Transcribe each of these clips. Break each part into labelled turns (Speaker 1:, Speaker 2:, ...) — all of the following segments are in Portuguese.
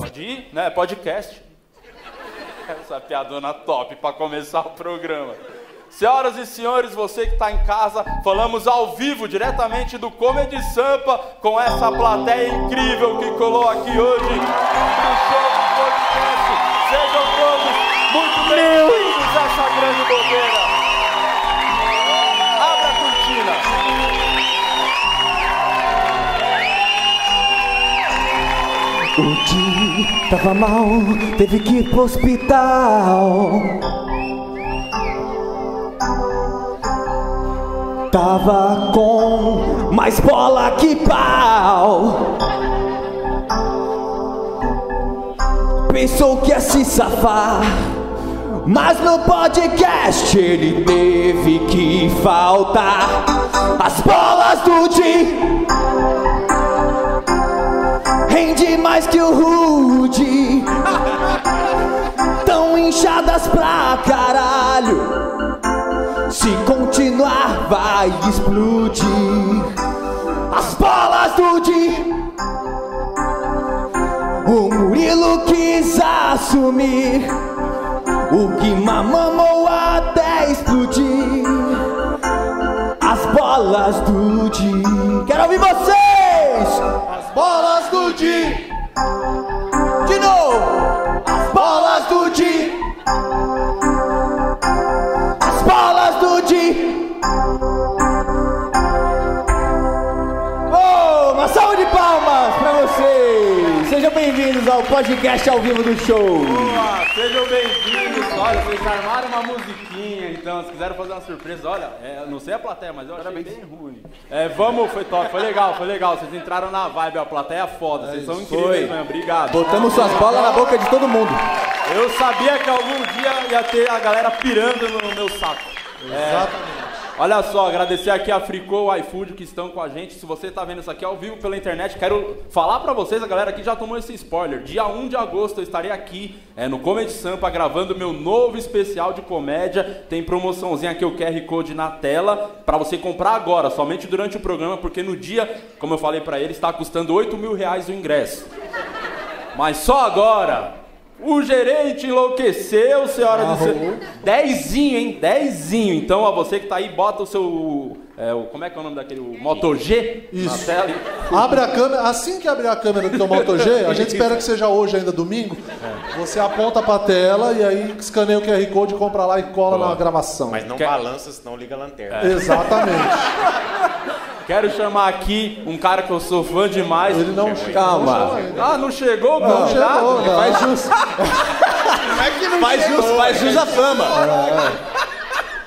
Speaker 1: Pode ir, né? Podcast. Essa piadona top para começar o programa. Senhoras e senhores, você que está em casa, falamos ao vivo, diretamente do Comedy Sampa, com essa plateia incrível que colou aqui hoje no show do podcast. Sejam todos muito bem-vindos a essa grande bobeira. Abra a cortina.
Speaker 2: O Di tava mal, teve que ir pro hospital. Tava com mais bola que pau. Pensou que ia se safar, mas no podcast ele teve que faltar. As bolas do Di rende mais que o Rude. Tão inchadas pra caralho. Se continuar, vai explodir. As bolas do Di. O Murilo quis assumir. O que mamou até explodir. As bolas do Di. Quero ouvir vocês!
Speaker 3: As bolas do Di,
Speaker 2: De novo!
Speaker 3: as bolas do Di,
Speaker 2: As bolas do Di. Oh, uma salva de palmas pra vocês. Sejam bem-vindos ao podcast ao vivo do show.
Speaker 1: Boa, sejam bem-vindos. Olha, vocês armaram uma musiquinha, então, se quiseram fazer uma surpresa, olha, é, não sei a plateia, mas eu achei bem ruim. É, vamos, foi top, foi legal, foi legal. Vocês entraram na vibe, a plateia é foda, vocês são incríveis, mesmo, obrigado.
Speaker 2: Botamos suas bolas na boca de todo mundo.
Speaker 1: Eu sabia que algum dia ia ter a galera pirando no meu saco. Exatamente. Olha só, agradecer aqui a Fricô, o iFood que estão com a gente. Se você tá vendo isso aqui ao vivo pela internet, quero falar pra vocês, a galera aqui já tomou esse spoiler. Dia 1 de agosto eu estarei aqui é, no Comedy Sampa gravando meu novo especial de comédia. Tem promoçãozinha aqui, o QR Code na tela, pra você comprar agora, somente durante o programa, porque no dia, como eu falei pra ele, está custando 8 mil reais o ingresso. Mas só agora. O gerente enlouqueceu, senhoras e senhores. Dezinho, hein? Dezinho. Então, a você que tá aí, bota o seu. é, o- como é que é o nome daquele? O Moto G na
Speaker 3: Isso.
Speaker 1: tela.
Speaker 3: abre a câmera, assim que abrir a câmera do teu Moto G, a gente espera que seja hoje ainda domingo, você aponta pra tela e aí escaneia o QR Code, compra lá e cola na gravação.
Speaker 4: Mas não
Speaker 1: Quer-
Speaker 4: balança, senão liga a
Speaker 3: é.
Speaker 4: lanterna.
Speaker 3: Exatamente.
Speaker 1: Quero chamar aqui um cara que eu sou fã demais.
Speaker 3: Ele não chega.
Speaker 2: Calma.
Speaker 1: Ah, não chegou o
Speaker 3: Não
Speaker 1: convidado?
Speaker 3: chegou, não.
Speaker 2: Faz jus.
Speaker 5: É
Speaker 2: Faz jus, faz jus à fama.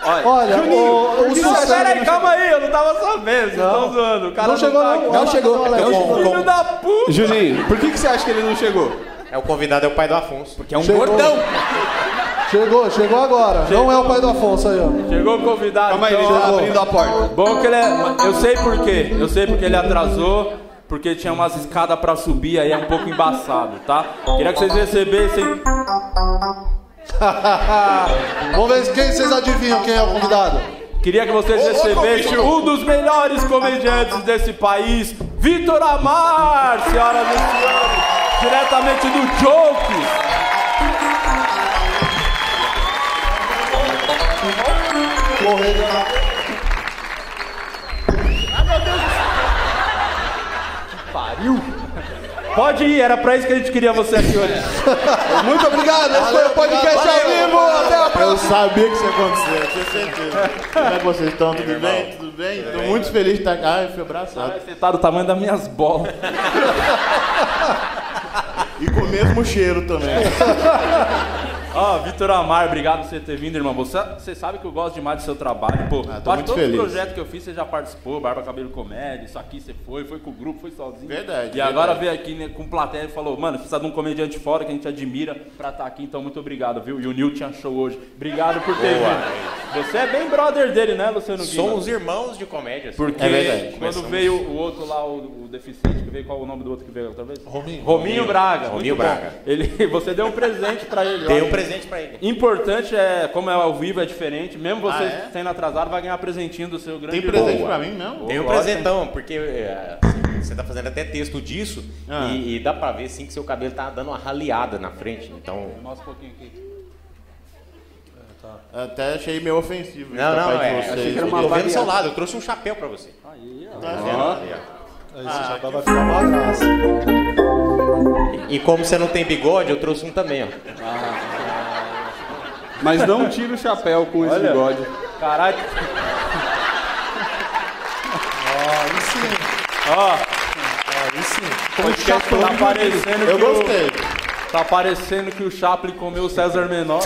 Speaker 3: Olha, o, o
Speaker 1: Não, peraí,
Speaker 3: sucesso...
Speaker 1: calma aí, eu não tava sabendo. Vocês estão zoando. O cara
Speaker 3: Não chegou,
Speaker 1: tá
Speaker 3: não.
Speaker 1: aqui.
Speaker 2: Não chegou,
Speaker 3: Olha,
Speaker 2: não
Speaker 3: olha,
Speaker 2: chegou.
Speaker 1: Filho da puta!
Speaker 2: Juninho, por que, que você acha que ele não chegou?
Speaker 4: É o convidado, é o pai do Afonso.
Speaker 2: Que é um
Speaker 3: Chegou.
Speaker 2: gordão.
Speaker 3: Chegou, chegou agora. Não é o pai do Afonso aí, ó.
Speaker 1: Chegou o convidado.
Speaker 2: Calma aí, ele
Speaker 1: então,
Speaker 2: tá
Speaker 1: ó.
Speaker 2: abrindo a porta.
Speaker 1: Bom que ele é. Eu sei por quê. Eu sei porque ele atrasou. Porque tinha umas escadas pra subir, aí é um pouco embaçado, tá? Queria que vocês recebessem.
Speaker 3: Vamos ver quem vocês adivinham quem é o convidado.
Speaker 1: Queria que vocês recebessem um dos melhores comediantes desse país, Vitor Amar, senhoras e senhores, diretamente do Jokes.
Speaker 3: Correndo na...
Speaker 1: Ah, Pode ir, era pra isso que a gente queria você aqui hoje.
Speaker 3: Muito obrigado, esse foi o podcast ao vivo. Até a próxima.
Speaker 5: Eu sabia que isso ia acontecer, eu tinha certeza. Como é que vocês estão? Tudo bem? Tudo bem? Tô muito feliz de estar aqui. Ai, fui abraçado.
Speaker 1: Você tá do tamanho das minhas bolas.
Speaker 5: E com o mesmo cheiro também.
Speaker 1: Ó, Vitor Amar, obrigado por você ter vindo, irmão. Você, você sabe que eu gosto demais do seu trabalho, pô.
Speaker 5: Ah, tô
Speaker 1: Quase
Speaker 5: muito
Speaker 1: todo
Speaker 5: feliz.
Speaker 1: projeto que eu fiz, você já participou, Barba Cabelo Comédia, isso aqui você foi, foi com o grupo, foi sozinho.
Speaker 5: Verdade,
Speaker 1: E
Speaker 5: verdade.
Speaker 1: agora veio aqui né, com plateia e falou, mano, precisa de um comediante fora que a gente admira pra estar aqui, então muito obrigado, viu? E o Nil tinha show hoje. Obrigado por ter vindo. Você é bem brother dele, né, Luciano Guima?
Speaker 4: Somos irmãos de comédia. assim.
Speaker 1: Porque
Speaker 5: É verdade.
Speaker 1: quando
Speaker 4: Começamos-
Speaker 1: veio o outro lá, o, o deficiente, que veio, qual é o nome do outro que veio outra vez?
Speaker 3: Rominho.
Speaker 1: Rominho Braga.
Speaker 4: Rominho
Speaker 1: muito
Speaker 4: Braga.
Speaker 1: bom. Ele, você deu um presente pra ele.
Speaker 4: Dei
Speaker 1: ó.
Speaker 4: um presente pra ele.
Speaker 1: Importante é, como é ao vivo, é diferente. Mesmo você
Speaker 5: Ah, é?
Speaker 1: sendo atrasado, vai ganhar presentinho do seu grande
Speaker 5: Tem presente
Speaker 1: irmão.
Speaker 5: pra mim mesmo?
Speaker 4: Dei um
Speaker 1: Lógico.
Speaker 4: presentão, porque é, assim, Você tá fazendo até texto disso
Speaker 5: Ah.
Speaker 4: e, e dá pra ver sim que seu cabelo tá dando uma raleada na frente. Então.
Speaker 1: Mostra um pouquinho aqui.
Speaker 5: Até achei meio ofensivo.
Speaker 4: Não,
Speaker 5: da
Speaker 4: não,
Speaker 5: parte de
Speaker 4: é.
Speaker 5: vocês.
Speaker 4: Achei que era uma tô vendo do seu lado, eu trouxe um chapéu pra você.
Speaker 1: Aí, ó.
Speaker 5: Tá vendo?
Speaker 4: Aí, ó.
Speaker 3: Aí você já vai ficar uma graça.
Speaker 4: E como você não tem bigode, eu trouxe um também, ó.
Speaker 6: Mas não tira o chapéu com esse bigode.
Speaker 1: Caralho.
Speaker 3: Aí sim,
Speaker 1: Ó,
Speaker 3: aí sim.
Speaker 1: o podcast tá aparecendo
Speaker 5: né? Eu
Speaker 1: que o-
Speaker 5: gostei.
Speaker 1: Tá parecendo que o Chaplin comeu o César Menor.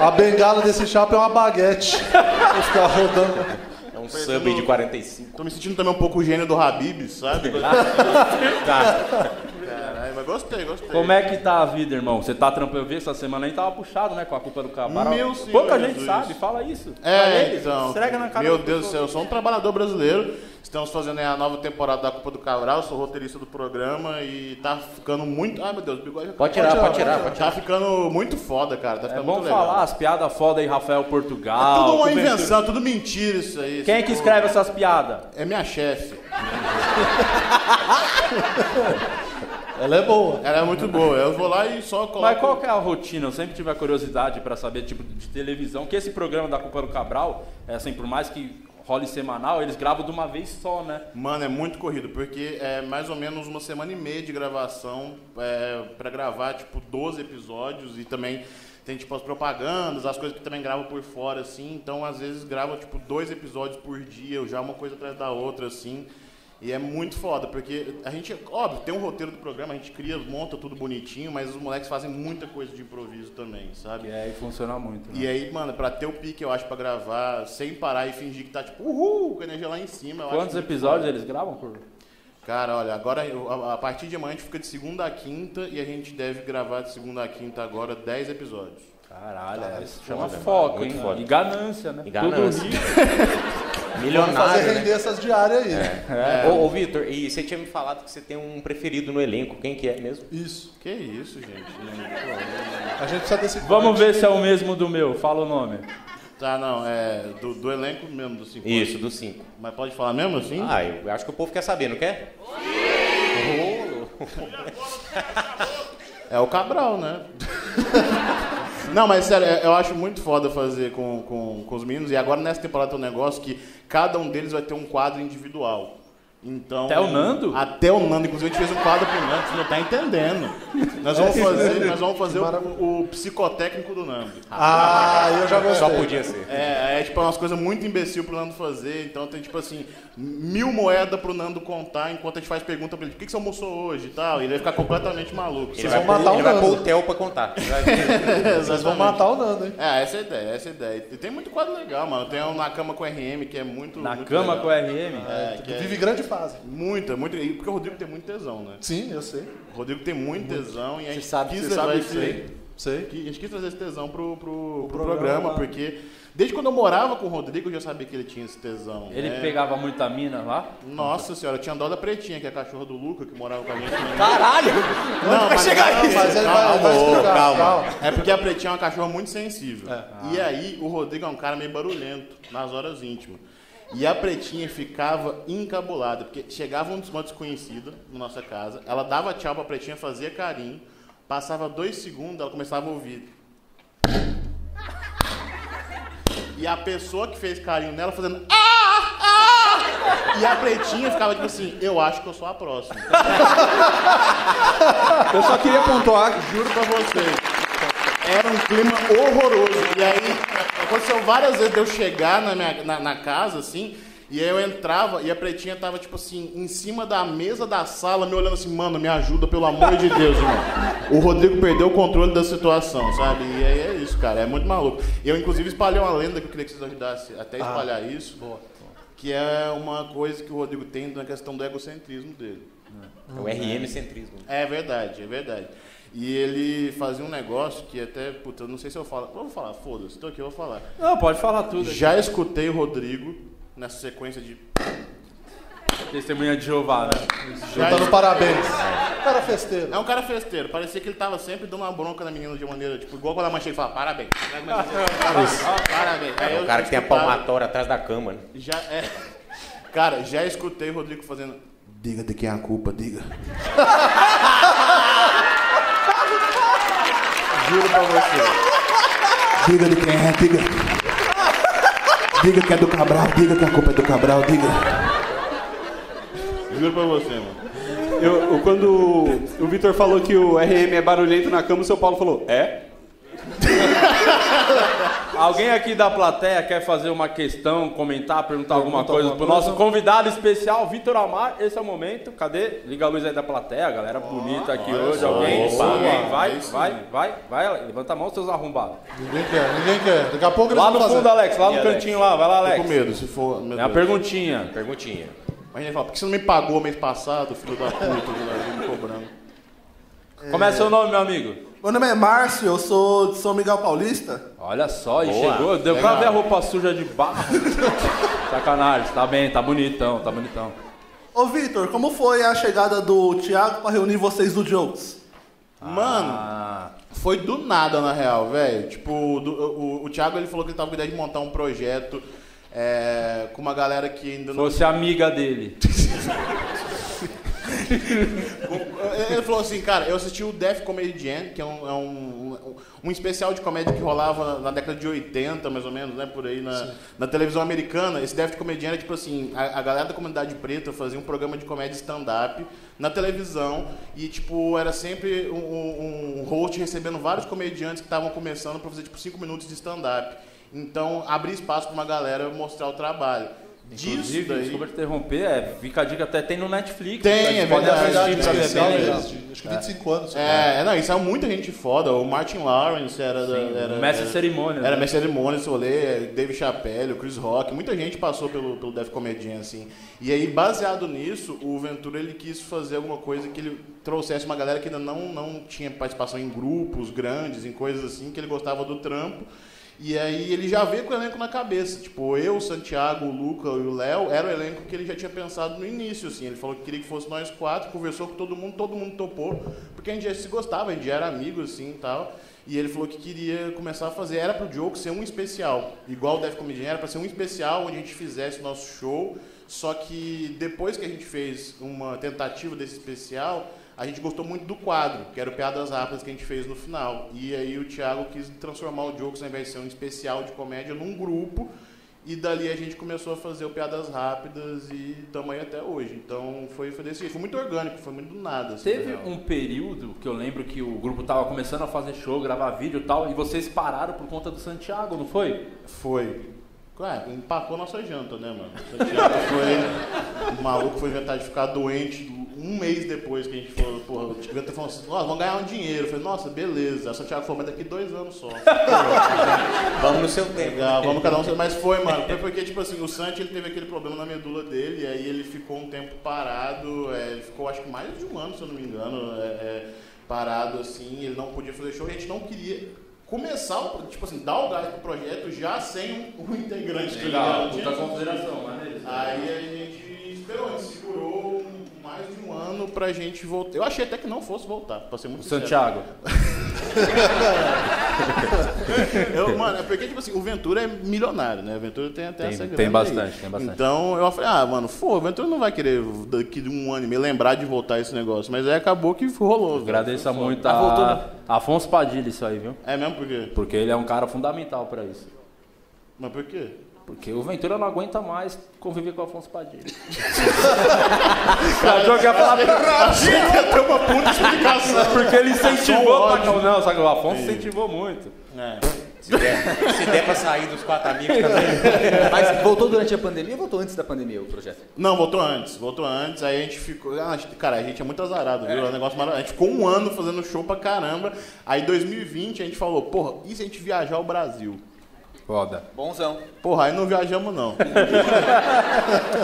Speaker 3: A bengala desse chapa é uma baguete. Vai ficar rodando.
Speaker 4: É um sub de 45.
Speaker 5: Tô me sentindo também um pouco o gênio do Habib, sabe?
Speaker 4: Tá.
Speaker 5: Caralho, mas gostei, gostei.
Speaker 1: Como é que tá a vida, irmão? Você tá trampando? Eu vi essa semana aí, tava puxado, né? Com a culpa do Cabral.
Speaker 5: Meu senhor
Speaker 1: Pouca gente
Speaker 5: Jesus.
Speaker 1: sabe, fala isso. Fala
Speaker 5: É,
Speaker 1: ele,
Speaker 5: então.
Speaker 1: Esfrega na cara
Speaker 5: meu
Speaker 1: da
Speaker 5: Deus do
Speaker 1: pessoa.
Speaker 5: céu, eu sou um trabalhador brasileiro. Estamos fazendo aí a nova temporada da Copa do Cabral, sou roteirista do programa e tá ficando muito. Ai meu Deus, o bigode.
Speaker 4: Pode tirar, pode tirar, pode
Speaker 5: Tá ficando muito foda, cara. Tá
Speaker 1: É
Speaker 5: ficando
Speaker 1: bom
Speaker 5: muito
Speaker 1: falar
Speaker 5: legal.
Speaker 1: as piadas foda aí, Rafael Portugal.
Speaker 5: É tudo uma
Speaker 1: Juventude.
Speaker 5: invenção, tudo mentira isso aí. tipo,
Speaker 1: Quem é que escreve essas piadas?
Speaker 5: É minha chefe.
Speaker 3: Ela é boa.
Speaker 5: Ela é muito boa. Eu vou lá e só coloco.
Speaker 1: Mas qual que é a rotina? Eu sempre tive a curiosidade pra saber, tipo, de televisão, que esse programa da Culpa do Cabral, é assim, por mais que role semanal, eles gravam de uma vez só, né?
Speaker 5: Mano, é muito corrido, porque é mais ou menos uma semana e meia de gravação é, para gravar, tipo, 12 episódios e também tem, tipo, as propagandas, as coisas que também gravam por fora, assim. Então, às vezes, grava, tipo, dois episódios por dia, já uma coisa atrás da outra, assim. E é muito foda, porque a gente, óbvio, tem um roteiro do programa, a gente cria, monta tudo bonitinho, mas os moleques fazem muita coisa de improviso também, sabe?
Speaker 1: E aí funciona muito, né?
Speaker 5: E aí, mano, pra ter o pique, eu acho, pra gravar sem parar e fingir que tá, tipo, uhul, com a energia lá em cima. Eu acho
Speaker 1: Quantos
Speaker 5: muito
Speaker 1: episódios eles gravam por...
Speaker 5: Cara, olha, agora eu- a, a partir de amanhã a gente fica de segunda a quinta e a gente deve gravar de segunda a quinta agora 10 episódios.
Speaker 1: Caralho, isso chama
Speaker 4: foda,
Speaker 1: foco,
Speaker 4: muito
Speaker 1: hein?
Speaker 4: foda.
Speaker 1: E ganância, né?
Speaker 4: E ganância.
Speaker 1: Tudo rico.
Speaker 3: Fazer um
Speaker 4: Milionário, né?
Speaker 3: render essas diárias aí.
Speaker 4: Ô, ô Vitor, e você tinha me falado que você tem um preferido no elenco. Quem que é mesmo?
Speaker 3: Isso.
Speaker 5: Que isso, gente?
Speaker 3: A gente precisa desse.
Speaker 1: Vamos ver se é o mesmo do meu. Fala o nome.
Speaker 5: Tá, não, é do, do elenco mesmo, do 50.
Speaker 4: Isso, do 5.
Speaker 5: Mas pode falar mesmo assim?
Speaker 4: Ah, eu acho que o povo quer saber, não quer?
Speaker 5: É o Cabral, né? Não, mas sério, eu acho muito foda fazer com, com, com os meninos. E agora nessa temporada tem um negócio que cada um deles vai ter um quadro individual. Então,
Speaker 1: Até o Nando?
Speaker 5: Até o Nando. Inclusive, a gente fez um quadro pro Nando, você não tá entendendo. Nós vamos fazer, nós vamos fazer o, o psicotécnico do Nando.
Speaker 3: Ah, eu já gostei.
Speaker 4: Só podia ser.
Speaker 5: É, é tipo umas coisas muito imbecil pro Nando fazer. Então tem tipo assim, mil moedas pro Nando contar enquanto a gente faz pergunta pra ele: o que, que você almoçou hoje e tal? E ele vai ficar completamente maluco.
Speaker 4: Ele
Speaker 5: Vocês
Speaker 4: vai,
Speaker 3: vão matar o
Speaker 4: pro, ele vai pro
Speaker 3: Nando.
Speaker 4: hotel pra contar.
Speaker 3: Vocês vão matar o Nando, hein?
Speaker 5: É, essa é a ideia, essa é a ideia. E tem muito quadro legal, mano. Tem um na cama com RM, que é muito.
Speaker 1: Na
Speaker 5: muito
Speaker 1: cama com o
Speaker 5: legal.
Speaker 1: RM?
Speaker 5: É, que
Speaker 3: Vive
Speaker 5: é
Speaker 3: grande fase.
Speaker 5: muita, muita. e Porque o Rodrigo tem muito tesão, né?
Speaker 3: Sim, eu sei.
Speaker 5: O Rodrigo tem muito tesão e a gente
Speaker 2: sabe-
Speaker 5: quis
Speaker 2: você
Speaker 5: levar
Speaker 2: sabe
Speaker 5: esse-
Speaker 2: disso aí.
Speaker 3: Sei.
Speaker 5: que- A gente quis trazer esse tesão pro, pro, pro
Speaker 3: programa.
Speaker 5: programa, porque desde quando eu morava com o Rodrigo eu já sabia que ele tinha esse tesão.
Speaker 1: Ele
Speaker 5: né?
Speaker 1: pegava muita mina lá?
Speaker 5: Nossa senhora, eu tinha dó da pretinha, que é a cachorra do Luca, que morava com a gente.
Speaker 4: Caralho!
Speaker 5: Não, mas, não, tá
Speaker 3: Mas ele vai,
Speaker 5: calma,
Speaker 3: ele vai
Speaker 5: ô,
Speaker 3: explicar.
Speaker 5: calma.
Speaker 3: calma.
Speaker 5: É porque a Pretinha é uma cachorra muito sensível. E aí, o Rodrigo é um cara meio barulhento nas horas íntimas. E a Pretinha ficava encabulada, porque chegava um des- uma desconhecida na nossa casa, ela dava tchau pra Pretinha, fazia carinho, passava dois segundos, ela começava a ouvir. E a pessoa que fez carinho nela fazendo. Ah! Ah! E a pretinha ficava tipo assim, eu acho que eu sou a próxima.
Speaker 6: Eu só queria pontuar
Speaker 5: Juro pra vocês. Era um clima horroroso. E aí, aconteceu várias vezes de eu chegar na, minha, na, na casa, assim, e aí eu entrava e a pretinha tava, tipo assim, em cima da mesa da sala, me olhando assim, mano, me ajuda, pelo amor de Deus, irmão. O Rodrigo perdeu o controle da situação, sabe? E aí é isso, cara, é muito maluco. Eu, inclusive, espalhei uma lenda que eu queria que vocês ajudassem até a espalhar isso. Que é uma coisa que o Rodrigo tem na questão do egocentrismo dele.
Speaker 4: É o RM centrismo.
Speaker 5: É verdade, é verdade. E ele fazia um negócio que até, puta, eu não sei se eu falo. Vamos falar, foda-se, tô aqui, eu vou falar.
Speaker 1: Não, pode falar tudo.
Speaker 5: Já escutei o Rodrigo nessa sequência de.
Speaker 1: Testemunha de Jeová, né?
Speaker 5: Já,
Speaker 3: Tá no parabéns. cara festeiro.
Speaker 5: É um cara festeiro, parecia que ele tava sempre dando uma bronca na menina de maneira, tipo, igual quando a mãe chega e fala, parabéns. parabéns. Aí
Speaker 4: É
Speaker 5: eu
Speaker 4: o cara que tem a
Speaker 5: escutava-
Speaker 4: palmatória atrás da cama, né?
Speaker 5: Já, é. Cara, já escutei o Rodrigo fazendo. Diga de quem é a culpa, diga. Juro pra você.
Speaker 2: Diga de quem é, diga. Diga que é do Cabral, diga que a culpa é do Cabral, diga.
Speaker 5: Juro pra você, mano.
Speaker 6: Eu, eu- quando o Vitor falou que o RM é barulhento na cama, o seu Paulo falou, é?
Speaker 1: Alguém aqui da plateia quer fazer uma questão, comentar, perguntar alguma coisa
Speaker 3: alguma
Speaker 1: pro nosso convidado especial, Vitor Amar? Esse é o momento. Cadê? Liga a luz aí da plateia, galera bonita aqui hoje. Alguém,
Speaker 5: Opa.
Speaker 1: alguém, vai,
Speaker 5: Aí sim.
Speaker 1: vai, vai, vai. Levanta a mão, seus arrombados.
Speaker 3: Ninguém quer, ninguém quer. Daqui a pouco eles
Speaker 1: Lá no
Speaker 3: vão fazer.
Speaker 1: fundo, Alex, lá no cantinho lá. Vai lá,
Speaker 5: Tô É com
Speaker 1: Alex.
Speaker 5: medo, se for. Meu
Speaker 1: É uma
Speaker 5: Deus.
Speaker 1: perguntinha.
Speaker 4: Perguntinha.
Speaker 5: Mas ele fala, por que você não me pagou mês passado, filho da puta, Vilarinho, me cobrando?
Speaker 1: Como é seu nome, meu amigo?
Speaker 7: Meu nome é Márcio, eu sou de São Miguel Paulista.
Speaker 1: Olha só, e chegou. Deu pra ver a roupa suja de barro. Sacanagem, tá bem, tá bonitão, tá bonitão.
Speaker 7: Ô Vitor, como foi a chegada do Thiago pra reunir vocês do Jokes?
Speaker 5: Mano, foi do nada, na real, velho. Tipo, do- o, o Thiago ele falou que ele tava com ideia de montar um projeto é, com uma galera que ainda não.
Speaker 1: Fosse amiga dele.
Speaker 5: Ele falou assim, cara, eu assisti o Death Comedy Jam, que é um, é um, um especial de comédia que rolava na década de 80, mais ou menos, né? Por aí, na, na televisão americana. Esse Death Comedy Jam era tipo assim, a, a galera da comunidade preta fazia um programa de comédia stand-up na televisão e, tipo, era sempre um, um- um host recebendo vários comediantes que estavam começando pra fazer, tipo, cinco minutos de stand-up. Então, abrir espaço pra uma galera mostrar o trabalho. Disso
Speaker 1: Inclusive,
Speaker 5: daí...
Speaker 1: desculpa te interromper, é, fica a dica, até tem no Netflix.
Speaker 5: Tem,
Speaker 1: tá?
Speaker 5: é
Speaker 1: Pode
Speaker 5: verdade,
Speaker 1: assistir
Speaker 3: Verdade,
Speaker 1: pra ver
Speaker 3: especial
Speaker 1: bem
Speaker 3: deles,
Speaker 1: legal.
Speaker 3: de- né? acho que 25 anos.
Speaker 5: É, não, isso é muita gente foda. O Martin Lawrence era. era
Speaker 1: o mestre
Speaker 5: era-
Speaker 1: cerimônia, né?
Speaker 5: Era mestre cerimônia, esse rolê, é, Dave Chappelle, o Chris Rock. Muita gente passou pelo, pelo Def Comedian, assim. E aí, baseado nisso, o Ventura ele quis fazer alguma coisa que ele trouxesse uma galera que ainda não, não tinha participação em grupos grandes, em coisas assim, que ele gostava do trampo. E aí ele já veio com o elenco na cabeça. Tipo, eu, o Santiago, o Luca e o Léo era o elenco que ele já tinha pensado no início, assim. Ele falou que queria que fosse nós quatro, conversou com todo mundo, todo mundo topou, porque a gente já se gostava, a gente já era amigo, assim e tal. E ele falou que queria começar a fazer, era pro Diogo ser um especial. Igual o Def Comedian, era pra ser um especial onde a gente fizesse o nosso show. Só que depois que a gente fez uma tentativa desse especial, a gente gostou muito do quadro, que era o Piadas Rápidas que a gente fez no final. E aí o Thiago quis transformar o Diogo, ao invés de ser um especial de comédia, num grupo. E dali a gente começou a fazer o Piadas Rápidas e estamos aí até hoje. Então foi, foi desse jeito. Foi muito orgânico, foi muito do nada. assim,
Speaker 1: Teve
Speaker 5: na real.
Speaker 1: um período que eu lembro que o grupo tava começando a fazer show, gravar vídeo e tal, e vocês pararam por conta do Santiago, não foi?
Speaker 5: Foi. Ué, empacou nossa janta, né, mano? Santiago foi. O maluco foi inventar de ficar doente um mês depois que a gente falou, porra, o Tiveta falou assim, nossa, vamos ganhar um dinheiro. Eu falei, nossa, beleza. Aí o Santiago falou, mas daqui dois anos só.
Speaker 4: Vamos no seu tempo.
Speaker 5: Legal, vamos cada um. Mas foi, mano. Foi porque, tipo assim, o Santi ele teve aquele problema na medula dele, e aí ele ficou um tempo parado. é, ele ficou acho que mais de um ano, se eu não me engano, é, é, parado assim, ele não podia fazer show e a gente não queria começar, o pro- tipo assim, dar o gás pro projeto já sem um, um integrante tá ligado? Tinha isso. Aí a gente esperou, a gente segurou um- mais de um ano pra gente voltar. Eu achei até que não fosse voltar, pra ser muito
Speaker 1: O
Speaker 5: sincero.
Speaker 1: Santiago.
Speaker 5: Eu, mano, é porque, tipo assim, o Ventura é milionário, né? O Ventura tem até
Speaker 1: Tem-
Speaker 5: essa grana
Speaker 1: tem
Speaker 5: aí.
Speaker 1: bastante, tem bastante.
Speaker 5: Então eu falei, ah, mano, pô, o Ventura não vai querer daqui de um ano me lembrar de voltar esse negócio. Mas aí acabou que rolou.
Speaker 1: Agradeço
Speaker 5: Foi foda.
Speaker 1: muito a Afonso Padilha isso aí, viu?
Speaker 5: É mesmo? Por quê?
Speaker 1: Ah, né? Porque ele é um cara fundamental pra isso.
Speaker 5: Mas por quê?
Speaker 1: Porque o Ventura não aguenta mais conviver com o Afonso Padilha. cara, o jogo ia falar
Speaker 5: Achei que ia ter uma puta explicação.
Speaker 1: porque ele incentivou.
Speaker 5: Só um
Speaker 1: pra- Não, sabe, o Afonso incentivou muito.
Speaker 4: Se der, se der pra sair dos quatro amigos também.
Speaker 6: Mas voltou durante a pandemia ou voltou antes da pandemia o projeto?
Speaker 5: Não, voltou antes, voltou antes, aí a gente ficou. Ah, a gente- cara, a gente é muito azarado, viu? É um negócio maravilhoso. A gente ficou um ano fazendo show pra caramba. Aí em 2020 a gente falou, porra, e se a gente viajar ao Brasil?
Speaker 1: Foda.
Speaker 8: Bonzão.
Speaker 5: Porra, aí não viajamos não.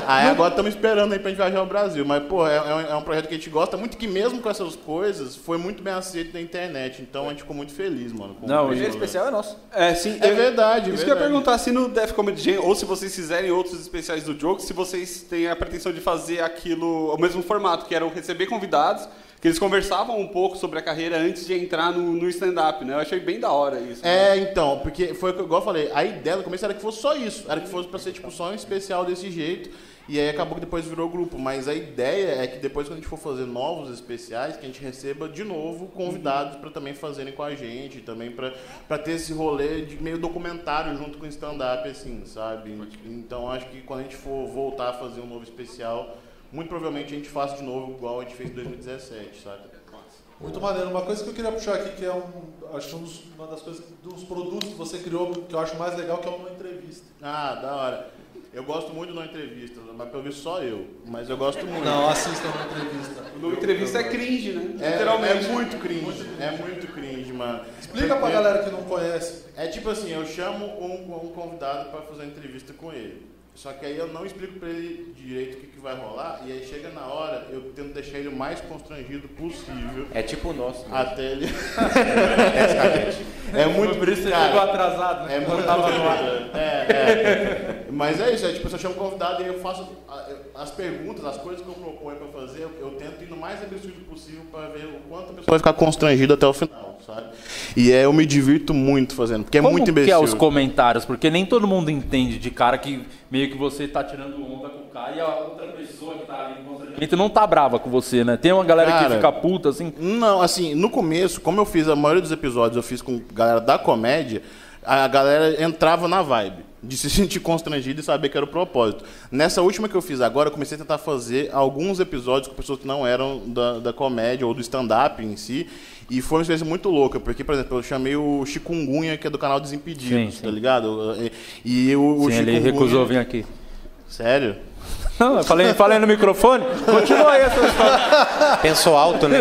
Speaker 5: aí agora estamos esperando aí pra gente viajar o Brasil. Mas, porra, é, é um- é um projeto que a gente gosta muito, que mesmo com essas coisas, foi muito bem aceito na internet. Então a gente ficou muito feliz, mano. com
Speaker 1: Não,
Speaker 5: o
Speaker 8: O
Speaker 5: primeiro lugar.
Speaker 8: especial é nosso.
Speaker 6: É, sim.
Speaker 5: É
Speaker 6: eu-
Speaker 5: verdade,
Speaker 6: Isso
Speaker 5: verdade.
Speaker 6: que eu ia perguntar, se no Death Comedy Jam, ou se vocês fizerem outros especiais do jogo, se vocês têm a pretensão de fazer aquilo, o mesmo formato, que era o receber convidados, que eles conversavam um pouco sobre a carreira antes de entrar no, no stand-up, né? Eu achei bem da hora isso. né?
Speaker 5: É, então, porque foi o que- igual eu falei, a ideia no começo era que fosse só isso, era que fosse pra ser tipo só um especial desse jeito, e aí acabou que depois virou grupo, mas a ideia é que depois quando a gente for fazer novos especiais, que a gente receba de novo convidados pra também fazerem com a gente, também pra pra ter esse rolê de meio documentário junto com stand up assim, sabe? Então acho que quando a gente for voltar a fazer um novo especial, muito provavelmente a gente faça de novo igual a gente fez em 2017, sabe?
Speaker 6: É
Speaker 3: Muito maneiro. Uma coisa que eu queria puxar aqui, que é um, acho um dos- uma das coisas, dos produtos que você criou, que eu acho mais legal, que é uma entrevista.
Speaker 5: Ah, da hora. Eu gosto muito de uma entrevista, mas pelo visto só eu. Mas eu gosto muito.
Speaker 3: Não, assista uma entrevista.
Speaker 6: No entrevista é cringe, né?
Speaker 5: é,
Speaker 6: Literalmente.
Speaker 5: é muito cringe. É muito cringe, mano.
Speaker 3: Explica pra
Speaker 5: É-
Speaker 3: galera que não conhece.
Speaker 5: É tipo assim, eu chamo um, um convidado pra fazer uma entrevista com ele. Só que aí eu não explico pra ele direito o que, que vai rolar. E aí chega na hora, eu tento deixar ele o mais constrangido possível.
Speaker 4: É tipo o nosso. né?
Speaker 5: Até ele. é muito
Speaker 1: Por isso você
Speaker 5: cara,
Speaker 1: chegou atrasado, né?
Speaker 5: É muito conteúdo. É, é. Mas é isso, é tipo, se eu chamo convidado e eu faço a- eu- as perguntas, as coisas que eu proponho pra fazer, eu, eu tento ir no mais absurdo possível pra ver o quanto a pessoa vai ficar constrangida até o final, sabe? E é, eu me divirto muito fazendo, porque é
Speaker 8: Como
Speaker 5: muito
Speaker 8: que
Speaker 5: imbecil.
Speaker 8: é os comentários? Porque nem todo mundo entende de cara que meio que você tá tirando onda com o cara e a outra pessoa que tá ali no constrangimento não tá brava com você, né? Tem uma galera que
Speaker 5: Cara.
Speaker 8: fica puta, assim.
Speaker 5: Não, assim, no começo, como eu fiz a maioria dos episódios, eu fiz com galera da comédia, a galera entrava na vibe. De se sentir constrangida e saber que era o propósito. Nessa última que eu fiz agora, eu comecei a tentar fazer alguns episódios com pessoas que não eram da, da comédia ou do stand-up em si. E foi uma experiência muito louca, porque, por exemplo, eu chamei o Chikungunya, que é do canal Desimpedidos,
Speaker 8: Sim, sim.
Speaker 5: tá ligado? E o, o
Speaker 8: Sim, ele
Speaker 5: Chikungunya-
Speaker 8: recusou vir aqui.
Speaker 5: Sério?
Speaker 8: Não, eu falei, falei no microfone. Continua aí essa história.
Speaker 4: Pensou alto, né?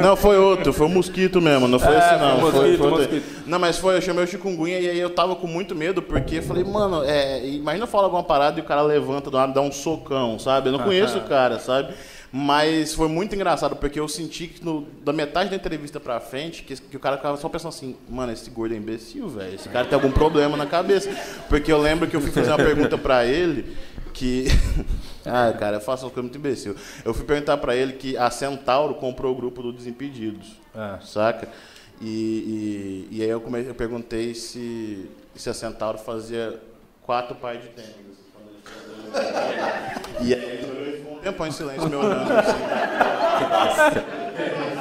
Speaker 5: Não, foi outro, foi o mosquito mesmo, não foi esse não.
Speaker 1: É, foi
Speaker 5: Foi,
Speaker 1: mosquito,
Speaker 5: foi outro.
Speaker 1: mosquito.
Speaker 5: Não, mas foi, eu chamei o chikungunya e aí eu tava com muito medo, porque eu falei, mano, é, imagina eu falar alguma parada e o cara levanta do nada, dá um socão, sabe? Eu não conheço o cara, sabe? Mas foi muito engraçado, porque eu senti que no- da metade da entrevista pra frente, que, que o cara ficava só pensando assim, mano, esse gordo é imbecil, velho. Esse cara tem algum problema na cabeça. Porque eu lembro que eu fui fazer uma pergunta pra ele que. ah, cara, eu faço uma coisa muito imbecil. Eu fui perguntar pra ele que a Centauro comprou o grupo do Desimpedidos. Saca? E, e, e aí eu, come... eu perguntei se, se a Centauro fazia quatro pais de tênis. assim, quando ele fazia- E aí ele olhou e ficou um tempão em silêncio me olhando assim.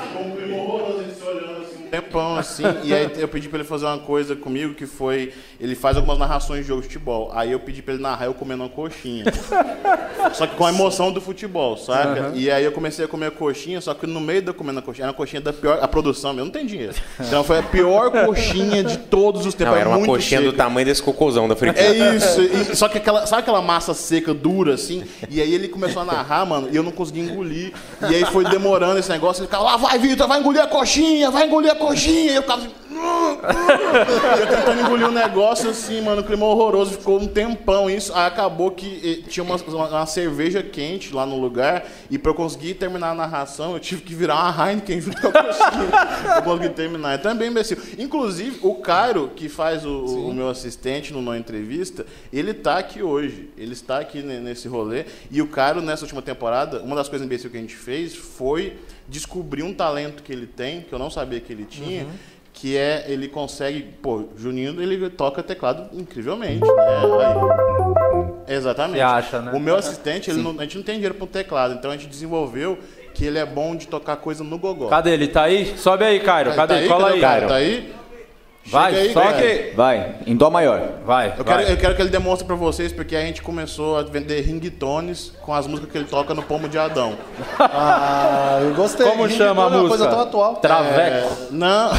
Speaker 5: Ficou um clima horroroso, ele se olhando, assim, um tempão assim, e aí eu pedi pra ele fazer uma coisa comigo que foi. Ele faz algumas narrações de jogo de futebol. Aí eu pedi pra ele narrar eu comendo uma coxinha. só que com a emoção do futebol, saca? E aí eu comecei a comer coxinha, só que no meio da comendo a coxinha, era uma coxinha da pior. A produção, eu não tenho dinheiro. Então foi a pior coxinha de todos os tempos.
Speaker 4: Não, era uma
Speaker 5: é muito
Speaker 4: coxinha do
Speaker 5: seca.
Speaker 4: tamanho desse cocôzão da fritura.
Speaker 5: É isso. E- só que aquela, sabe aquela massa seca, dura, assim? E aí ele começou a narrar, mano, e eu não consegui engolir. E aí foi demorando esse negócio. Ele ficava lá, vai, Vitor, vai engolir a coxinha, vai engolir a coxinha. E eu ficava assim... "Hum, hum." E eu tentando engolir um negócio, assim, mano, um clima horroroso. Ficou um tempão isso. Aí acabou que eh, tinha uma, uma- uma cerveja quente lá no lugar. E pra eu conseguir terminar a narração, eu tive que virar uma Heineken junto com a coxinha. pra eu conseguir terminar. Então é bem imbecil. Inclusive, o Cairo, que faz o- o, o meu assistente no Não Entrevista, ele tá aqui hoje. Ele está aqui ne- nesse rolê. E o Cairo, nessa última temporada, uma das coisas imbecil que a gente fez foi descobrir um talento que ele tem, que eu não sabia que ele tinha. Que é, ele consegue. Pô, Juninho, ele toca teclado incrivelmente. Né? Aí. Exatamente.
Speaker 8: Você acha, né?
Speaker 5: O meu assistente, ele não- a gente não tem dinheiro para um teclado, então a gente desenvolveu que ele é bom de tocar coisa no gogó.
Speaker 8: Cadê ele? Tá aí? Sobe aí, Cairo.
Speaker 5: Tá
Speaker 8: Cadê?
Speaker 5: aí?
Speaker 8: Cola
Speaker 5: Cadê
Speaker 8: aí.
Speaker 5: o cara? Tá aí?
Speaker 8: Vai,
Speaker 5: Chega aí,
Speaker 8: só
Speaker 5: cara.
Speaker 8: que.
Speaker 9: Vai, em dó maior.
Speaker 8: Vai.
Speaker 5: Eu
Speaker 8: vai.
Speaker 5: quero, eu quero que ele demonstre pra vocês, porque a gente começou a vender ringtones com as músicas que ele toca no Pomo de Adão.
Speaker 3: Ah, eu gostei.
Speaker 8: Como
Speaker 3: Ringue
Speaker 8: chama a
Speaker 3: Tour é uma
Speaker 8: música?
Speaker 3: coisa tão atual.
Speaker 8: Traveco.
Speaker 5: Não.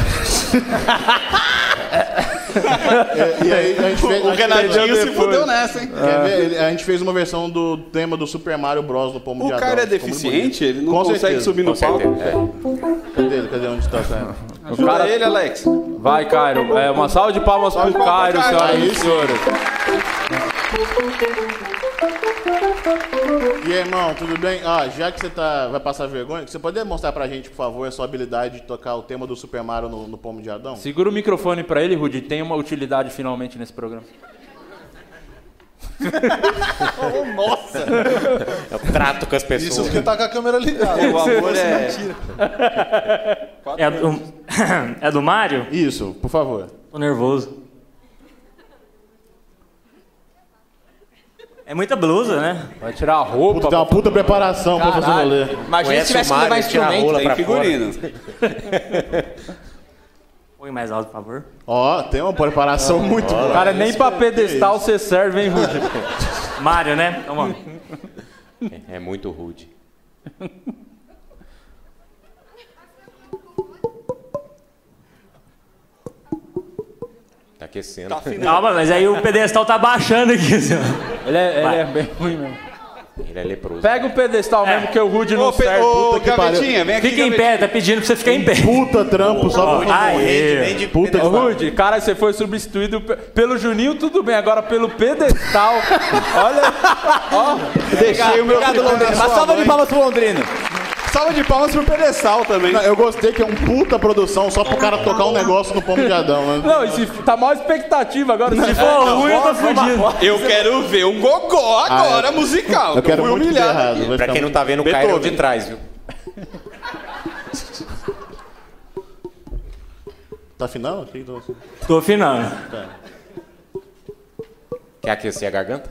Speaker 5: É, E aí a gente fez,
Speaker 6: O
Speaker 5: a gente fez-
Speaker 6: Renatinho se fudeu nessa, hein?
Speaker 5: Quer ver? Ele- A gente fez uma versão do tema do Super Mario Bros. no Pomo
Speaker 6: O
Speaker 5: de Adão.
Speaker 6: cara é
Speaker 5: Ficou muito bonito.
Speaker 6: deficiente, ele não
Speaker 5: Com
Speaker 6: consegue
Speaker 5: certeza,
Speaker 6: subir
Speaker 4: Com
Speaker 6: no palco.
Speaker 4: certeza. é.
Speaker 5: Cadê ele? Cadê onde está? Tá?
Speaker 6: Ajuda ele, Alex.
Speaker 1: Vai, Cairo. É, uma salva de palmas pro Cairo, senhoras e
Speaker 5: Aí sim.
Speaker 1: senhores.
Speaker 5: E aí, irmão, tudo bem? Ó, já que você tá, vai passar vergonha, você pode mostrar pra gente, por favor, a sua habilidade de tocar o tema do Super Mario no, no Pomo de Adão?
Speaker 1: Segura o microfone pra ele, Rudy. Tem uma utilidade finalmente nesse programa.
Speaker 4: Eu trato com as
Speaker 3: Isso
Speaker 4: pessoas.
Speaker 3: porque tá com a câmera ligada. né?
Speaker 6: O amor é.
Speaker 10: É do, é do Mário?
Speaker 5: Isso, por favor.
Speaker 10: Tô nervoso. É muita blusa, né?
Speaker 1: Vai tirar a roupa.
Speaker 5: Puta, tem uma puta preparação pra fazer
Speaker 4: Caralho.
Speaker 5: rolê.
Speaker 4: Imagina se tivesse que levar instrumento. Rola
Speaker 6: Tem
Speaker 4: pra
Speaker 6: figurino.
Speaker 10: Põe mais alto, por favor.
Speaker 5: Ó, tem uma
Speaker 4: Ah,
Speaker 5: preparação muito boa.
Speaker 1: Cara, é nem pra pedestal você serve, hein, Rudy?
Speaker 10: Mário, né? Então, ó.
Speaker 4: fora. É, é muito rude. Tá aquecendo.
Speaker 10: Calma, mas aí o pedestal tá baixando aqui, senhor.
Speaker 1: Ele é, ele
Speaker 10: Vai.
Speaker 1: é bem ruim mesmo.
Speaker 4: Ele é leproso.
Speaker 1: Pega o pedestal mesmo, que o Rudy não
Speaker 6: Ô, pe-
Speaker 1: serve.
Speaker 6: ô
Speaker 5: puta que
Speaker 6: gavetinha, vem aqui.
Speaker 10: Fica em
Speaker 6: gavetinha.
Speaker 10: pé, tá pedindo pra você ficar em pé.
Speaker 5: Puta trampo, só pra
Speaker 10: Aê.
Speaker 5: Puta
Speaker 1: Ô,
Speaker 5: que pariu.
Speaker 1: Rude, cara, você foi substituído pe- pelo Juninho, tudo bem. Agora pelo pedestal. Olha,
Speaker 6: Deixei o meu
Speaker 4: Obrigado,
Speaker 6: figurino.
Speaker 4: Londrina. Uma salva de palmas pro Londrino.
Speaker 6: Salva de palmas pro pedestal também.
Speaker 5: Não, Eu gostei que é um puta produção só pro cara tocar um negócio no Pomo de Adão, né?
Speaker 1: não, e se, tá mal expectativa agora. Se
Speaker 10: é,
Speaker 1: for
Speaker 10: ruim, eu tô tá fudido.
Speaker 6: Eu quero ver um gogó agora musical.
Speaker 5: Eu quero
Speaker 6: fui
Speaker 5: muito que dê
Speaker 6: humilhado.
Speaker 5: errado.
Speaker 4: Pra
Speaker 5: vai ficar
Speaker 4: quem não
Speaker 5: muito-
Speaker 4: tá vendo, o
Speaker 6: Beethoven.
Speaker 4: Cairo é o de trás, viu?
Speaker 5: Tá afinando? Quem tá-
Speaker 10: Tô afinando.
Speaker 4: Quer aquecer a garganta?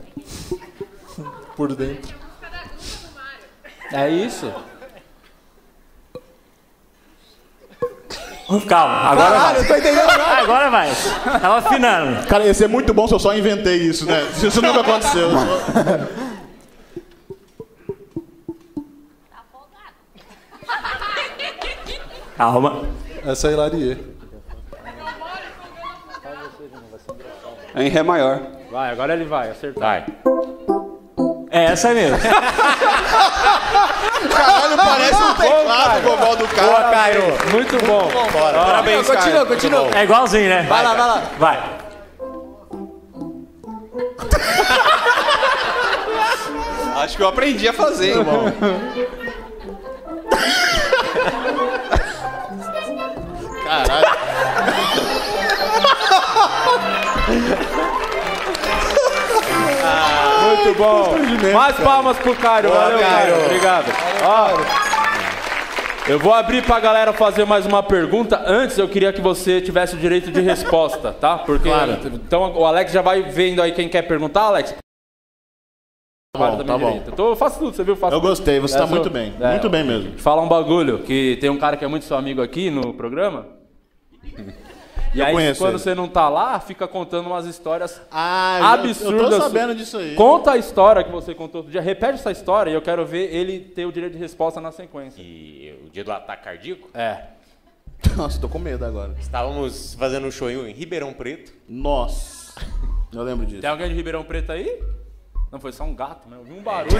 Speaker 3: Por dentro.
Speaker 1: É isso.
Speaker 10: Calma, agora
Speaker 6: Ah,
Speaker 10: vai. Agora vai. Tava afinando.
Speaker 5: Cara, ia ser muito bom se eu só inventei isso, né? Isso nunca aconteceu. Só-
Speaker 10: Calma.
Speaker 3: Essa é a Hilarie.
Speaker 2: É
Speaker 6: Em Ré maior.
Speaker 1: Vai, agora ele vai, acertou.
Speaker 4: Vai.
Speaker 10: É essa mesmo.
Speaker 5: Caralho, parece um teclado global do cara.
Speaker 4: Boa, Cairo.
Speaker 1: Muito bom.
Speaker 4: Parabéns, Continua, continua.
Speaker 10: É igualzinho, né?
Speaker 4: Vai lá, vai lá.
Speaker 10: Vai.
Speaker 6: Acho que eu aprendi a fazer, hein?
Speaker 1: Muito bom. Mais palmas pro Cairo. Valeu, Cairo. Obrigado. Ó, eu vou abrir pra galera fazer mais uma pergunta. Antes, eu queria que você tivesse o direito de resposta, tá? Porque. Então, o Alex já vai vendo aí quem quer perguntar, Alex.
Speaker 5: Tá bom,
Speaker 1: Também
Speaker 5: tá bom.
Speaker 1: direito. Então, eu faço tudo, você viu? Eu Faço
Speaker 5: Eu
Speaker 1: tudo.
Speaker 5: gostei, você tá
Speaker 1: Essa-
Speaker 5: muito bem.
Speaker 1: É,
Speaker 5: Muito bem mesmo.
Speaker 1: Fala um bagulho, que tem um cara que é muito seu amigo aqui no programa. E aí,
Speaker 5: conheço
Speaker 1: quando
Speaker 5: ele.
Speaker 1: você não tá lá, fica contando umas histórias
Speaker 5: Ah,
Speaker 1: absurdas.
Speaker 5: Eu tô sabendo disso aí.
Speaker 1: Conta a história que você contou outro dia, repete essa história e eu quero ver ele ter o direito de resposta na sequência.
Speaker 4: E o dia do ataque cardíaco,
Speaker 1: É.
Speaker 5: Nossa, tô com medo agora.
Speaker 4: estávamos fazendo um show em Ribeirão Preto.
Speaker 5: Nossa. Eu lembro disso.
Speaker 1: Tem alguém de Ribeirão Preto aí? Não, foi só um gato, né? Eu vi um barulho.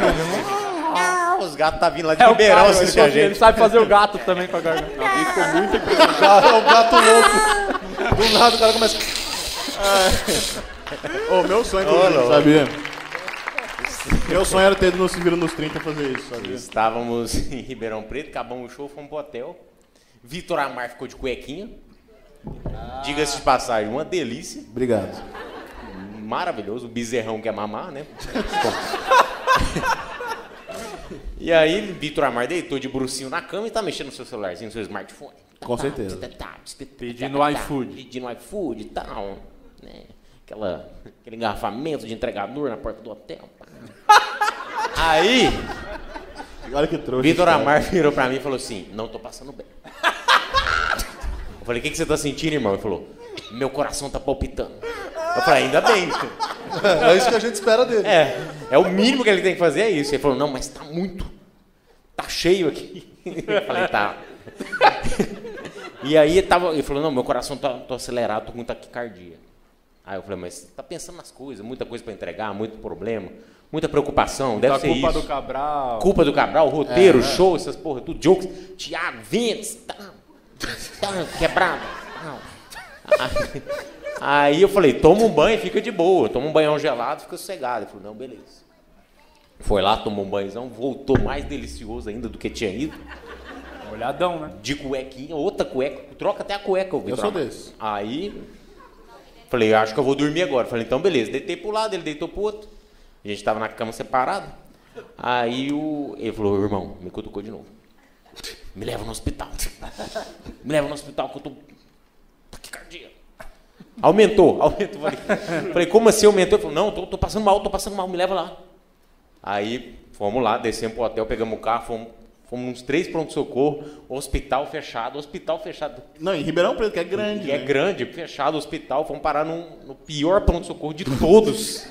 Speaker 4: Ah, os gatos tá vindo lá de
Speaker 1: É o
Speaker 4: Ribeirão
Speaker 1: cara,
Speaker 4: assistir
Speaker 1: ele-
Speaker 4: a
Speaker 1: Ele
Speaker 4: gente.
Speaker 1: sabe fazer o gato também com a garganta.
Speaker 5: Ah, é o gato louco. Do nada o cara começa. Ô, meu sonho, é inclusive, sabia? Meu sonho era ter no Se Vira nos 30 fazer isso, sabia?
Speaker 4: Estávamos em Ribeirão Preto, acabamos o show, fomos pro hotel. Vitor Amar ficou de cuequinha. Diga-se de passagem, uma delícia.
Speaker 5: Obrigado.
Speaker 4: maravilhoso, o bezerrão quer mamar, né? e aí, Vitor Amar deitou de brucinho na cama e tá mexendo no seu celularzinho, no seu smartphone. Tá,
Speaker 5: Com certeza.
Speaker 1: Pedindo iFood.
Speaker 4: Pedindo iFood e tal. Né? Aquela, aquele engarrafamento de entregador na porta do hotel. aí,
Speaker 5: Olha que trouxa.
Speaker 4: Vitor
Speaker 5: cara.
Speaker 4: Amar virou pra mim e falou assim: Não tô passando bem. Eu falei: O que, que você tá sentindo, irmão? Ele falou: Meu coração tá palpitando. Eu falei: Ainda bem.
Speaker 3: É isso que a gente espera dele.
Speaker 4: É, é o mínimo que ele tem que fazer, é isso. Ele falou, não, mas tá muito. Tá cheio aqui. Eu falei, tá. E aí tava, ele falou, não, meu coração tá tô acelerado, tô com taquicardia. Aí eu falei, mas você tá pensando nas coisas, muita coisa para entregar, muito problema, muita preocupação, deve
Speaker 8: Então a
Speaker 4: ser
Speaker 8: culpa é
Speaker 4: isso.
Speaker 8: do Cabral.
Speaker 4: Culpa do Cabral, roteiro, show, essas porra, tudo, jokes. Tiago, Ventes, tá, tá, quebrado. tá. Aí, aí eu falei, toma um banho e fica de boa. Toma um banhão gelado, fica sossegado. Ele falou, não, beleza. Foi lá, tomou um banhozão, voltou mais delicioso ainda do que tinha ido.
Speaker 8: Olhadão, né?
Speaker 4: De cuequinha, outra cueca. Troca até a cueca, eu vi.
Speaker 5: Eu sou
Speaker 4: trocar.
Speaker 5: desse.
Speaker 4: Aí, falei, acho que eu vou dormir agora. Falei, então beleza. Deitei pro lado, ele deitou pro outro. A gente tava na cama separado. Aí o... ele falou, irmão, me cutucou de novo. Me leva no hospital. Me leva no hospital que eu tô... Taquicardia. Aumentou, aumentou. Falei, falei, como assim aumentou? Ele falou, não, tô, tô passando mal, tô passando mal, me leva lá. Aí fomos lá, descemos pro hotel, pegamos o carro, fomos, fomos uns três pronto-socorro, hospital fechado, hospital fechado.
Speaker 5: Não, em Ribeirão Preto, que é grande.
Speaker 4: E é
Speaker 5: né?
Speaker 4: grande, fechado o hospital, fomos parar num- no pior pronto-socorro de todos.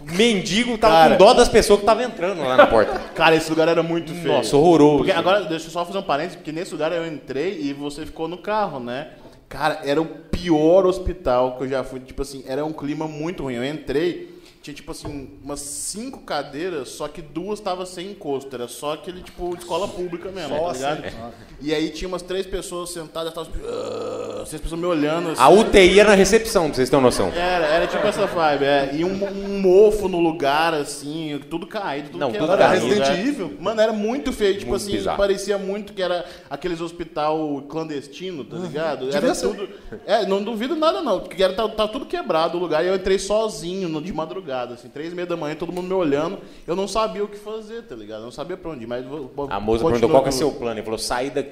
Speaker 4: O mendigo tava
Speaker 5: Cara.
Speaker 4: com dó das pessoas que estavam entrando lá na porta.
Speaker 5: Cara, esse lugar era muito feio.
Speaker 4: Nossa, horroroso.
Speaker 5: Porque agora, deixa eu só fazer um parênteses, porque nesse lugar eu entrei e você ficou no carro, né? Cara, era o pior hospital que eu já fui. Tipo assim, era um clima muito ruim. Eu entrei, tinha tipo assim, umas cinco cadeiras, só que duas estavam sem encosto. Era só aquele tipo de escola pública mesmo, tá ligado? E aí tinha umas três pessoas sentadas, tava, tipo, "Ah", assim, as pessoas me olhando assim.
Speaker 4: A UTI era na recepção, pra vocês terem noção.
Speaker 5: Era, era tipo essa vibe, é. E um, um mofo no lugar, assim, tudo caído, tudo
Speaker 4: Não, tudo
Speaker 5: quebrado,
Speaker 4: caído,
Speaker 5: né? Resident Evil? Mano, era muito feio, tipo
Speaker 4: Muito
Speaker 5: assim,
Speaker 4: bizarro.
Speaker 5: parecia muito que era aqueles hospital clandestino, tá ligado? Era
Speaker 3: Devia ser.
Speaker 5: tudo... É, não duvido nada não, porque era, tá, tá tudo quebrado o lugar e eu entrei sozinho no- de madrugada, assim, três e meia da manhã, todo mundo me olhando, eu não sabia o que fazer, tá ligado? Eu não sabia pra onde ir, mas... vou- vou-
Speaker 4: A moça
Speaker 5: continua
Speaker 4: perguntou qual que é
Speaker 5: com-
Speaker 4: seu plano. Ele falou, sai daqui.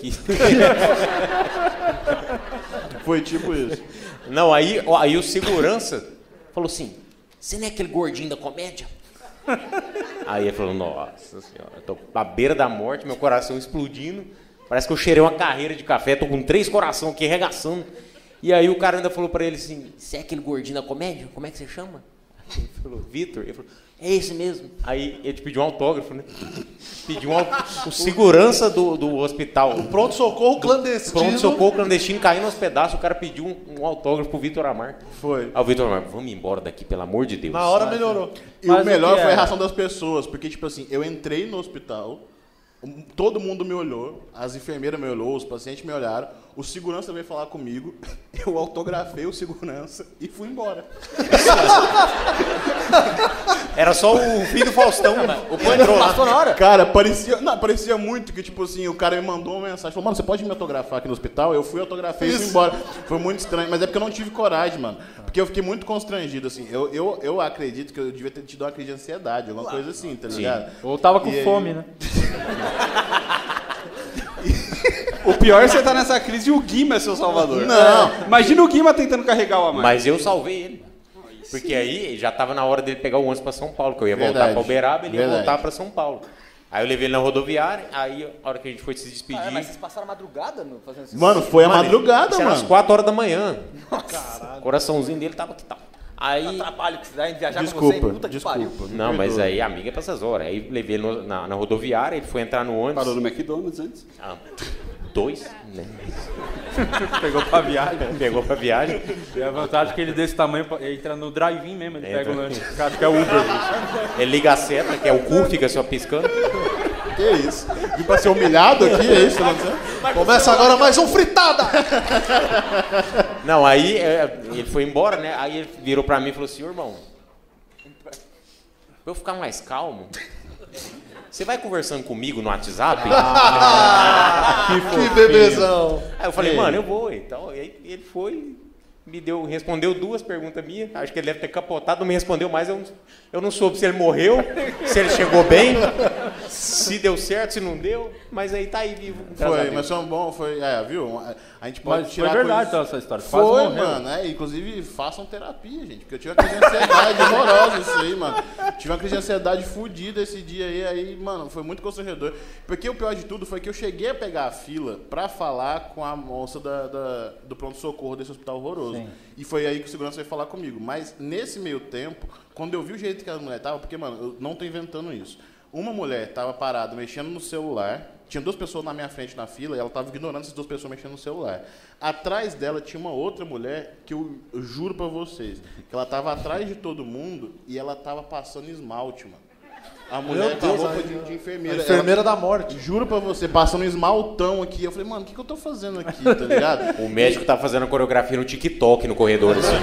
Speaker 5: Foi tipo isso.
Speaker 4: Não, aí, ó, aí o segurança falou assim: você não é aquele gordinho da comédia? Aí ele falou: nossa senhora, eu tô à beira da morte, meu coração explodindo. Parece que eu cheirei uma carreira de café, tô com três coração aqui regaçando. E aí o cara ainda falou pra ele assim: você é aquele gordinho da comédia? Como é que você chama? Aí Ele falou, Vitor, ele falou, é esse mesmo. Aí ele te pediu um autógrafo, né? Pediu um autógrafo. O segurança do, do hospital.
Speaker 3: Pronto-socorro clandestino.
Speaker 4: Pronto, socorro clandestino caindo aos pedaços, o cara pediu um, um autógrafo pro Vitor Amar.
Speaker 5: Foi.
Speaker 4: Aí o Vitor Amar, vamos embora daqui, pelo amor de Deus.
Speaker 3: Na hora melhorou.
Speaker 5: né? E
Speaker 8: Mas
Speaker 5: o melhor
Speaker 8: o que é?
Speaker 5: foi a
Speaker 8: era?
Speaker 5: reação das pessoas, porque, tipo assim, eu entrei no hospital, um- todo mundo me olhou, as enfermeiras me olhou, os pacientes me olharam, o segurança veio falar comigo, eu autografei o segurança e fui embora.
Speaker 4: Era só o filho do Faustão, o pão entrou lá.
Speaker 8: Passou na hora?
Speaker 5: Cara, parecia, não, parecia muito que, tipo assim, o cara me mandou uma mensagem, falou, mano, você pode me autografar aqui no hospital? Eu fui, autografei e fui embora. Foi muito estranho, mas é porque eu não tive coragem, mano. Porque eu fiquei muito constrangido, assim. Eu, eu, eu acredito que eu devia ter tido uma crise de ansiedade, alguma coisa assim, tá ligado?
Speaker 8: Ou tava com
Speaker 5: E aí?
Speaker 8: fome, né?
Speaker 6: O pior é você tá nessa crise e o Guima é seu
Speaker 8: né?
Speaker 6: salvador.
Speaker 5: Não.
Speaker 6: Imagina o Guima tentando carregar o Amar.
Speaker 4: Mas eu salvei ele. Porque aí já tava na hora dele pegar o ônibus pra São Paulo, que eu ia voltar
Speaker 5: Verdade.
Speaker 4: pra Uberaba, ele ia
Speaker 5: Verdade.
Speaker 4: voltar pra São Paulo. Aí eu levei ele na rodoviária, aí a hora que a gente foi se despedir.
Speaker 11: Ah, mas vocês passaram a madrugada no, fazendo isso?
Speaker 5: Mano, foi a
Speaker 4: Mano,
Speaker 5: madrugada,
Speaker 4: isso era às
Speaker 5: mano.
Speaker 4: 4 horas da manhã. O coraçãozinho dele tava que tal. Aí.
Speaker 11: Trabalho que você dá em viajar
Speaker 5: Desculpa,
Speaker 11: com você, puta que
Speaker 5: desculpa.
Speaker 11: pariu.
Speaker 4: Não, mas aí a amiga é pra essas horas. Aí levei ele no- na, na rodoviária, ele foi entrar no ônibus.
Speaker 6: Parou no McDonald's antes.
Speaker 4: Ah, dois, né?
Speaker 8: Pegou pra viagem.
Speaker 4: Pegou pra viagem.
Speaker 8: E a vantagem é que ele desse tamanho pra- ele entra no drive-in mesmo, ele pega o lanche. Acho que é Uber. bicho.
Speaker 4: Ele liga a seta, que é o cu, fica só piscando.
Speaker 5: Que isso? Vim pra ser humilhado aqui, é isso?
Speaker 3: Começa agora mais um fritada.
Speaker 4: Não, aí é, ele foi embora, né? Aí ele virou pra mim e falou assim, "Ô, irmão, pra eu ficar mais calmo, você vai conversando comigo no WhatsApp?
Speaker 3: que
Speaker 5: Então,
Speaker 3: bebezão.
Speaker 4: Aí eu
Speaker 5: é.
Speaker 4: falei, mano, eu vou e tal. E aí ele foi, me deu, respondeu duas perguntas minhas. Acho que ele deve ter capotado, não me respondeu mais. Eu, não- eu não soube se ele morreu, se ele chegou bem, se deu certo, se não deu. Mas aí tá aí vivo. graças a
Speaker 5: Foi,
Speaker 4: Deus.
Speaker 5: mas foi um bom, foi, é, viu? A gente pode
Speaker 8: Mas foi
Speaker 5: tirar
Speaker 8: verdade então,
Speaker 5: coisas...
Speaker 8: essa história. Quase
Speaker 5: Foi,
Speaker 8: morreu.
Speaker 5: mano, é, inclusive façam terapia, gente, porque eu tive uma crise de ansiedade horrorosa isso aí, mano. Tive uma crise de ansiedade fodida esse dia aí, aí, mano, foi muito constrangedor. Porque o pior de tudo foi que eu cheguei a pegar a fila pra falar com a moça da, da- do pronto-socorro desse hospital horroroso. E foi aí que o segurança veio falar comigo. Mas nesse meio tempo, quando eu vi o jeito que a mulher tava, porque, mano, eu não tô inventando isso. Uma mulher tava parada mexendo no celular Tinha duas pessoas na minha frente na fila e ela tava ignorando essas duas pessoas mexendo no celular. Atrás dela tinha uma outra mulher que eu eu juro pra vocês, que ela tava atrás de todo mundo e ela tava passando esmalte, mano. A mulher
Speaker 3: Meu
Speaker 5: com a
Speaker 3: Deus,
Speaker 5: roupa
Speaker 3: aí,
Speaker 5: de, de enfermeira.
Speaker 3: a enfermeira
Speaker 5: da morte. Juro pra você, passando um esmaltão aqui. Eu falei, mano, o que, que eu tô fazendo aqui, tá ligado?
Speaker 4: O médico tá fazendo a coreografia no TikTok no corredor. Assim.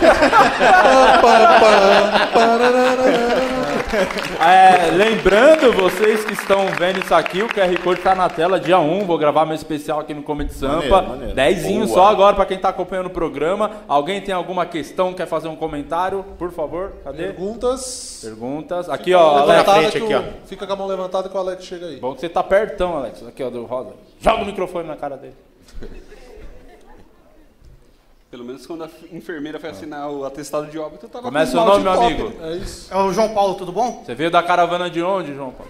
Speaker 1: É, lembrando, vocês que estão vendo isso aqui, o QR Code tá na tela, dia 1, vou gravar meu especial aqui no Comedy Sampa.
Speaker 5: Maneiro, maneiro.
Speaker 1: Dezinho
Speaker 5: Boa.
Speaker 1: só agora pra quem tá acompanhando o programa. Alguém tem alguma questão, quer fazer um comentário? Por favor, cadê?
Speaker 3: Perguntas.
Speaker 1: Perguntas. Aqui, ó, Alex.
Speaker 3: Levantada que o- Fica com a mão levantada que o Alex chega aí.
Speaker 1: Bom que você tá pertão, Alex. Aqui, ó, do Rosa. Joga o microfone na cara dele.
Speaker 6: Pelo menos quando a f- enfermeira foi assinar o atestado de óbito, tá eu tava
Speaker 1: Começa
Speaker 6: com um
Speaker 1: o
Speaker 6: mal
Speaker 1: nome,
Speaker 6: de
Speaker 1: meu
Speaker 6: top.
Speaker 1: amigo.
Speaker 3: É isso.
Speaker 7: É o João Paulo, tudo bom?
Speaker 1: Você veio da caravana de onde, João? Paulo?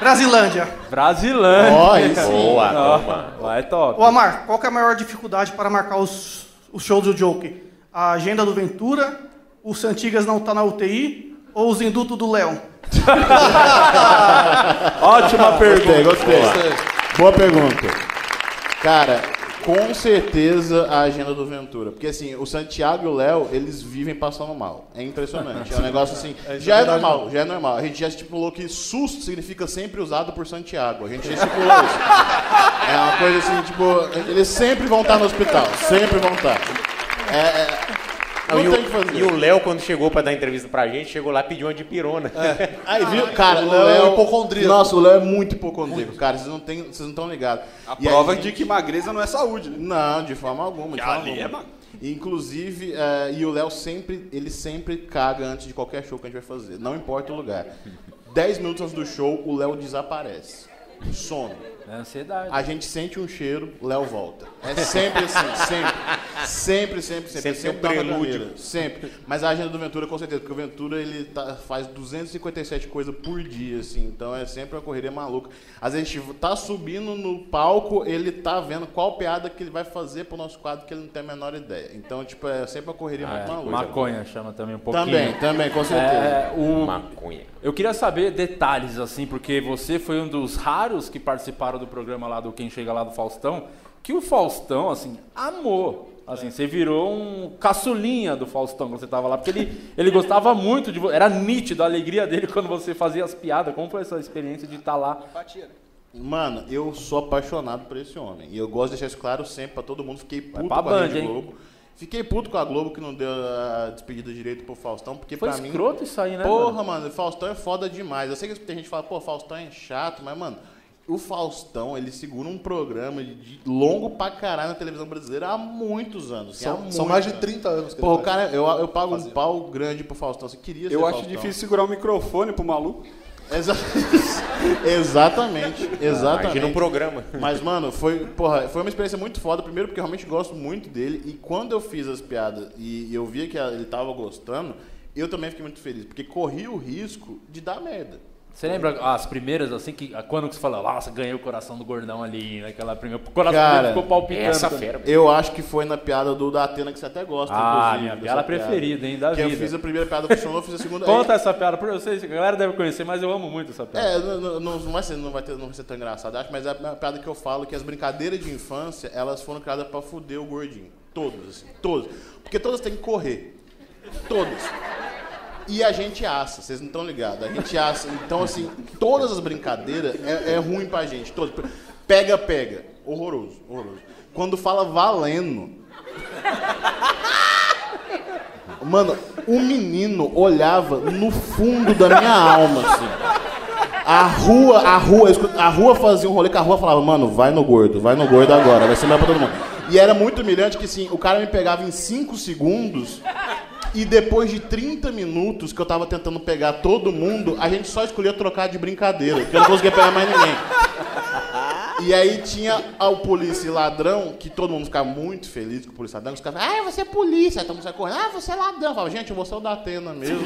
Speaker 7: Brasilândia.
Speaker 1: Brasilândia.
Speaker 5: Ó, aí sim.
Speaker 4: Boa,
Speaker 1: Ó,
Speaker 4: toma.
Speaker 1: Lá é top.
Speaker 7: Ô Amar, qual que é a maior dificuldade para marcar os, os shows do Joke? A agenda do Ventura, o Santigas não tá na UTI ou os indutos do Léo?
Speaker 1: Ótima
Speaker 5: Gostei,
Speaker 1: pergunta.
Speaker 5: gostei. Boa pergunta. Cara, com certeza a agenda do Ventura. Porque assim, o Santiago e o Léo, eles vivem passando mal. É impressionante. É um negócio assim. já é normal, já é normal. A gente já estipulou que susto significa sempre usado por Santiago. A gente já estipulou isso. É uma coisa assim, tipo, eles sempre vão estar no hospital. Sempre vão estar. É, é, não
Speaker 4: e,
Speaker 5: tem o que
Speaker 4: o,
Speaker 5: fazer.
Speaker 4: e o Léo, quando chegou pra dar entrevista pra gente, chegou lá e pediu uma de pirona.
Speaker 5: Aí, viu? Cara,
Speaker 3: o
Speaker 5: o
Speaker 3: Léo é
Speaker 5: Léo
Speaker 3: hipocondríaco.
Speaker 5: Nossa, o Léo é muito hipocondríaco, cara. Vocês não têm- vocês não estão ligados.
Speaker 6: A
Speaker 5: E
Speaker 6: prova
Speaker 5: aí,
Speaker 6: de que magreza não é saúde, né?
Speaker 5: Não, de forma alguma, de
Speaker 6: Que
Speaker 5: forma
Speaker 6: ali é
Speaker 5: alguma.
Speaker 6: ma-
Speaker 5: Inclusive, eh, e o Léo sempre, ele sempre caga antes de qualquer show que a gente vai fazer, não importa o lugar. 10 minutos antes do show, o Léo desaparece. Some.
Speaker 1: É ansiedade.
Speaker 5: A gente sente um cheiro, o Léo volta. É sempre assim, sempre. Sempre, sempre, sempre.
Speaker 4: Sempre
Speaker 5: sempre dá uma
Speaker 4: tem um prelúdio.
Speaker 5: maneira, Sempre. Mas a agenda do Ventura, com certeza, porque o Ventura ele tá- faz 257 coisas por dia, assim. Então é sempre uma correria maluca. Às vezes a gente tá subindo no palco, ele tá vendo qual piada que ele vai fazer pro nosso quadro que ele não tem a menor ideia. Então, tipo, é sempre uma correria
Speaker 1: É,
Speaker 5: muito maluca.
Speaker 1: maconha chama também um pouquinho.
Speaker 5: Também, também, com certeza.
Speaker 1: É, o-
Speaker 4: Maconha.
Speaker 1: Eu queria saber detalhes, assim, porque você foi um dos raros que participaram do programa lá do Quem Chega Lá do Faustão, que o Faustão, assim, amou. Assim, você virou um caçulinha do Faustão quando você tava lá, porque ele, ele gostava muito de você. Era nítido a alegria dele quando você fazia as piadas. Como foi essa experiência de estar lá?
Speaker 5: Mano, eu sou apaixonado por esse homem. E eu gosto de deixar isso claro sempre pra todo mundo. Fiquei
Speaker 1: pra
Speaker 5: puto com a
Speaker 1: Band,
Speaker 5: Rede
Speaker 1: hein?
Speaker 5: Globo. Fiquei puto com a Globo que não deu a despedida direito pro Faustão, porque
Speaker 1: Foi
Speaker 5: pra mim.
Speaker 1: escroto isso aí, né? mano?
Speaker 5: Porra, mano, Faustão é foda demais. Eu sei que tem gente que fala, pô, Faustão é chato, mas, mano, o Faustão, ele segura um programa de longo pra caralho na televisão brasileira há muitos anos. assim, há
Speaker 3: São, É, são
Speaker 5: muitos
Speaker 3: mais de
Speaker 5: anos.
Speaker 3: 30 anos que
Speaker 5: Porra, o
Speaker 3: ele tá faz.
Speaker 5: cara, eu, eu pago um pau grande pro Faustão. Você queria ser
Speaker 6: Eu acho
Speaker 5: Faustão.
Speaker 6: difícil segurar o microfone pro maluco.
Speaker 5: Exa- exatamente, exatamente.
Speaker 4: Imagina um programa.
Speaker 5: Mas, mano, foi, porra, foi uma experiência muito foda. Primeiro, porque eu realmente gosto muito dele. E quando eu fiz as piadas e eu via que a- ele tava gostando, eu também fiquei muito feliz. Porque corri o risco de dar merda.
Speaker 1: Você lembra as primeiras, assim, que quando que você fala, nossa, ganhei o coração do gordão ali, naquela primeira. O coração
Speaker 5: Cara,
Speaker 1: dele ficou palpitando.
Speaker 4: Essa
Speaker 1: também.
Speaker 4: fera.
Speaker 5: Eu acho que foi na piada do da Atena, que você até gosta,
Speaker 1: Ah,
Speaker 5: inclusive,
Speaker 1: minha
Speaker 5: dessa
Speaker 1: piada preferida, hein, da
Speaker 5: que eu
Speaker 1: vida.
Speaker 5: fiz a primeira piada, funcionou, eu fiz a segunda.
Speaker 1: Conta essa piada pra vocês, a galera deve conhecer, mas eu amo muito essa piada.
Speaker 5: É, não, não- não- não vai ser, não, vai ter, não vai ser tão engraçado, acho, mas é a piada que eu falo que as brincadeiras de infância, elas foram criadas pra fuder o gordinho. Todos, assim, todos. Porque todas têm que correr. Todos. E a gente assa, vocês não estão ligados. A gente assa. Então, assim, todas as brincadeiras é, é ruim pra gente. Todas. Pega, pega. Horroroso, horroroso. Quando fala valendo. Mano, o menino olhava no fundo da minha alma, assim. A rua, a rua, eu escu- a rua fazia um rolê que a rua falava, mano, vai no gordo, vai no gordo agora, vai ser melhor pra todo mundo. E era muito humilhante que assim, o cara me pegava em 5 segundos e depois de 30 minutos que eu tava tentando pegar todo mundo, a gente só escolhia trocar de brincadeira, porque eu não conseguia pegar mais ninguém. E aí tinha a- o polícia e ladrão, que todo mundo ficava muito feliz com o polícia e ladrão, que os caras falavam, ah, você é polícia, aí todo mundo sai correndo, ah, você é ladrão. Eu falava, gente, eu vou ser o da Atena mesmo.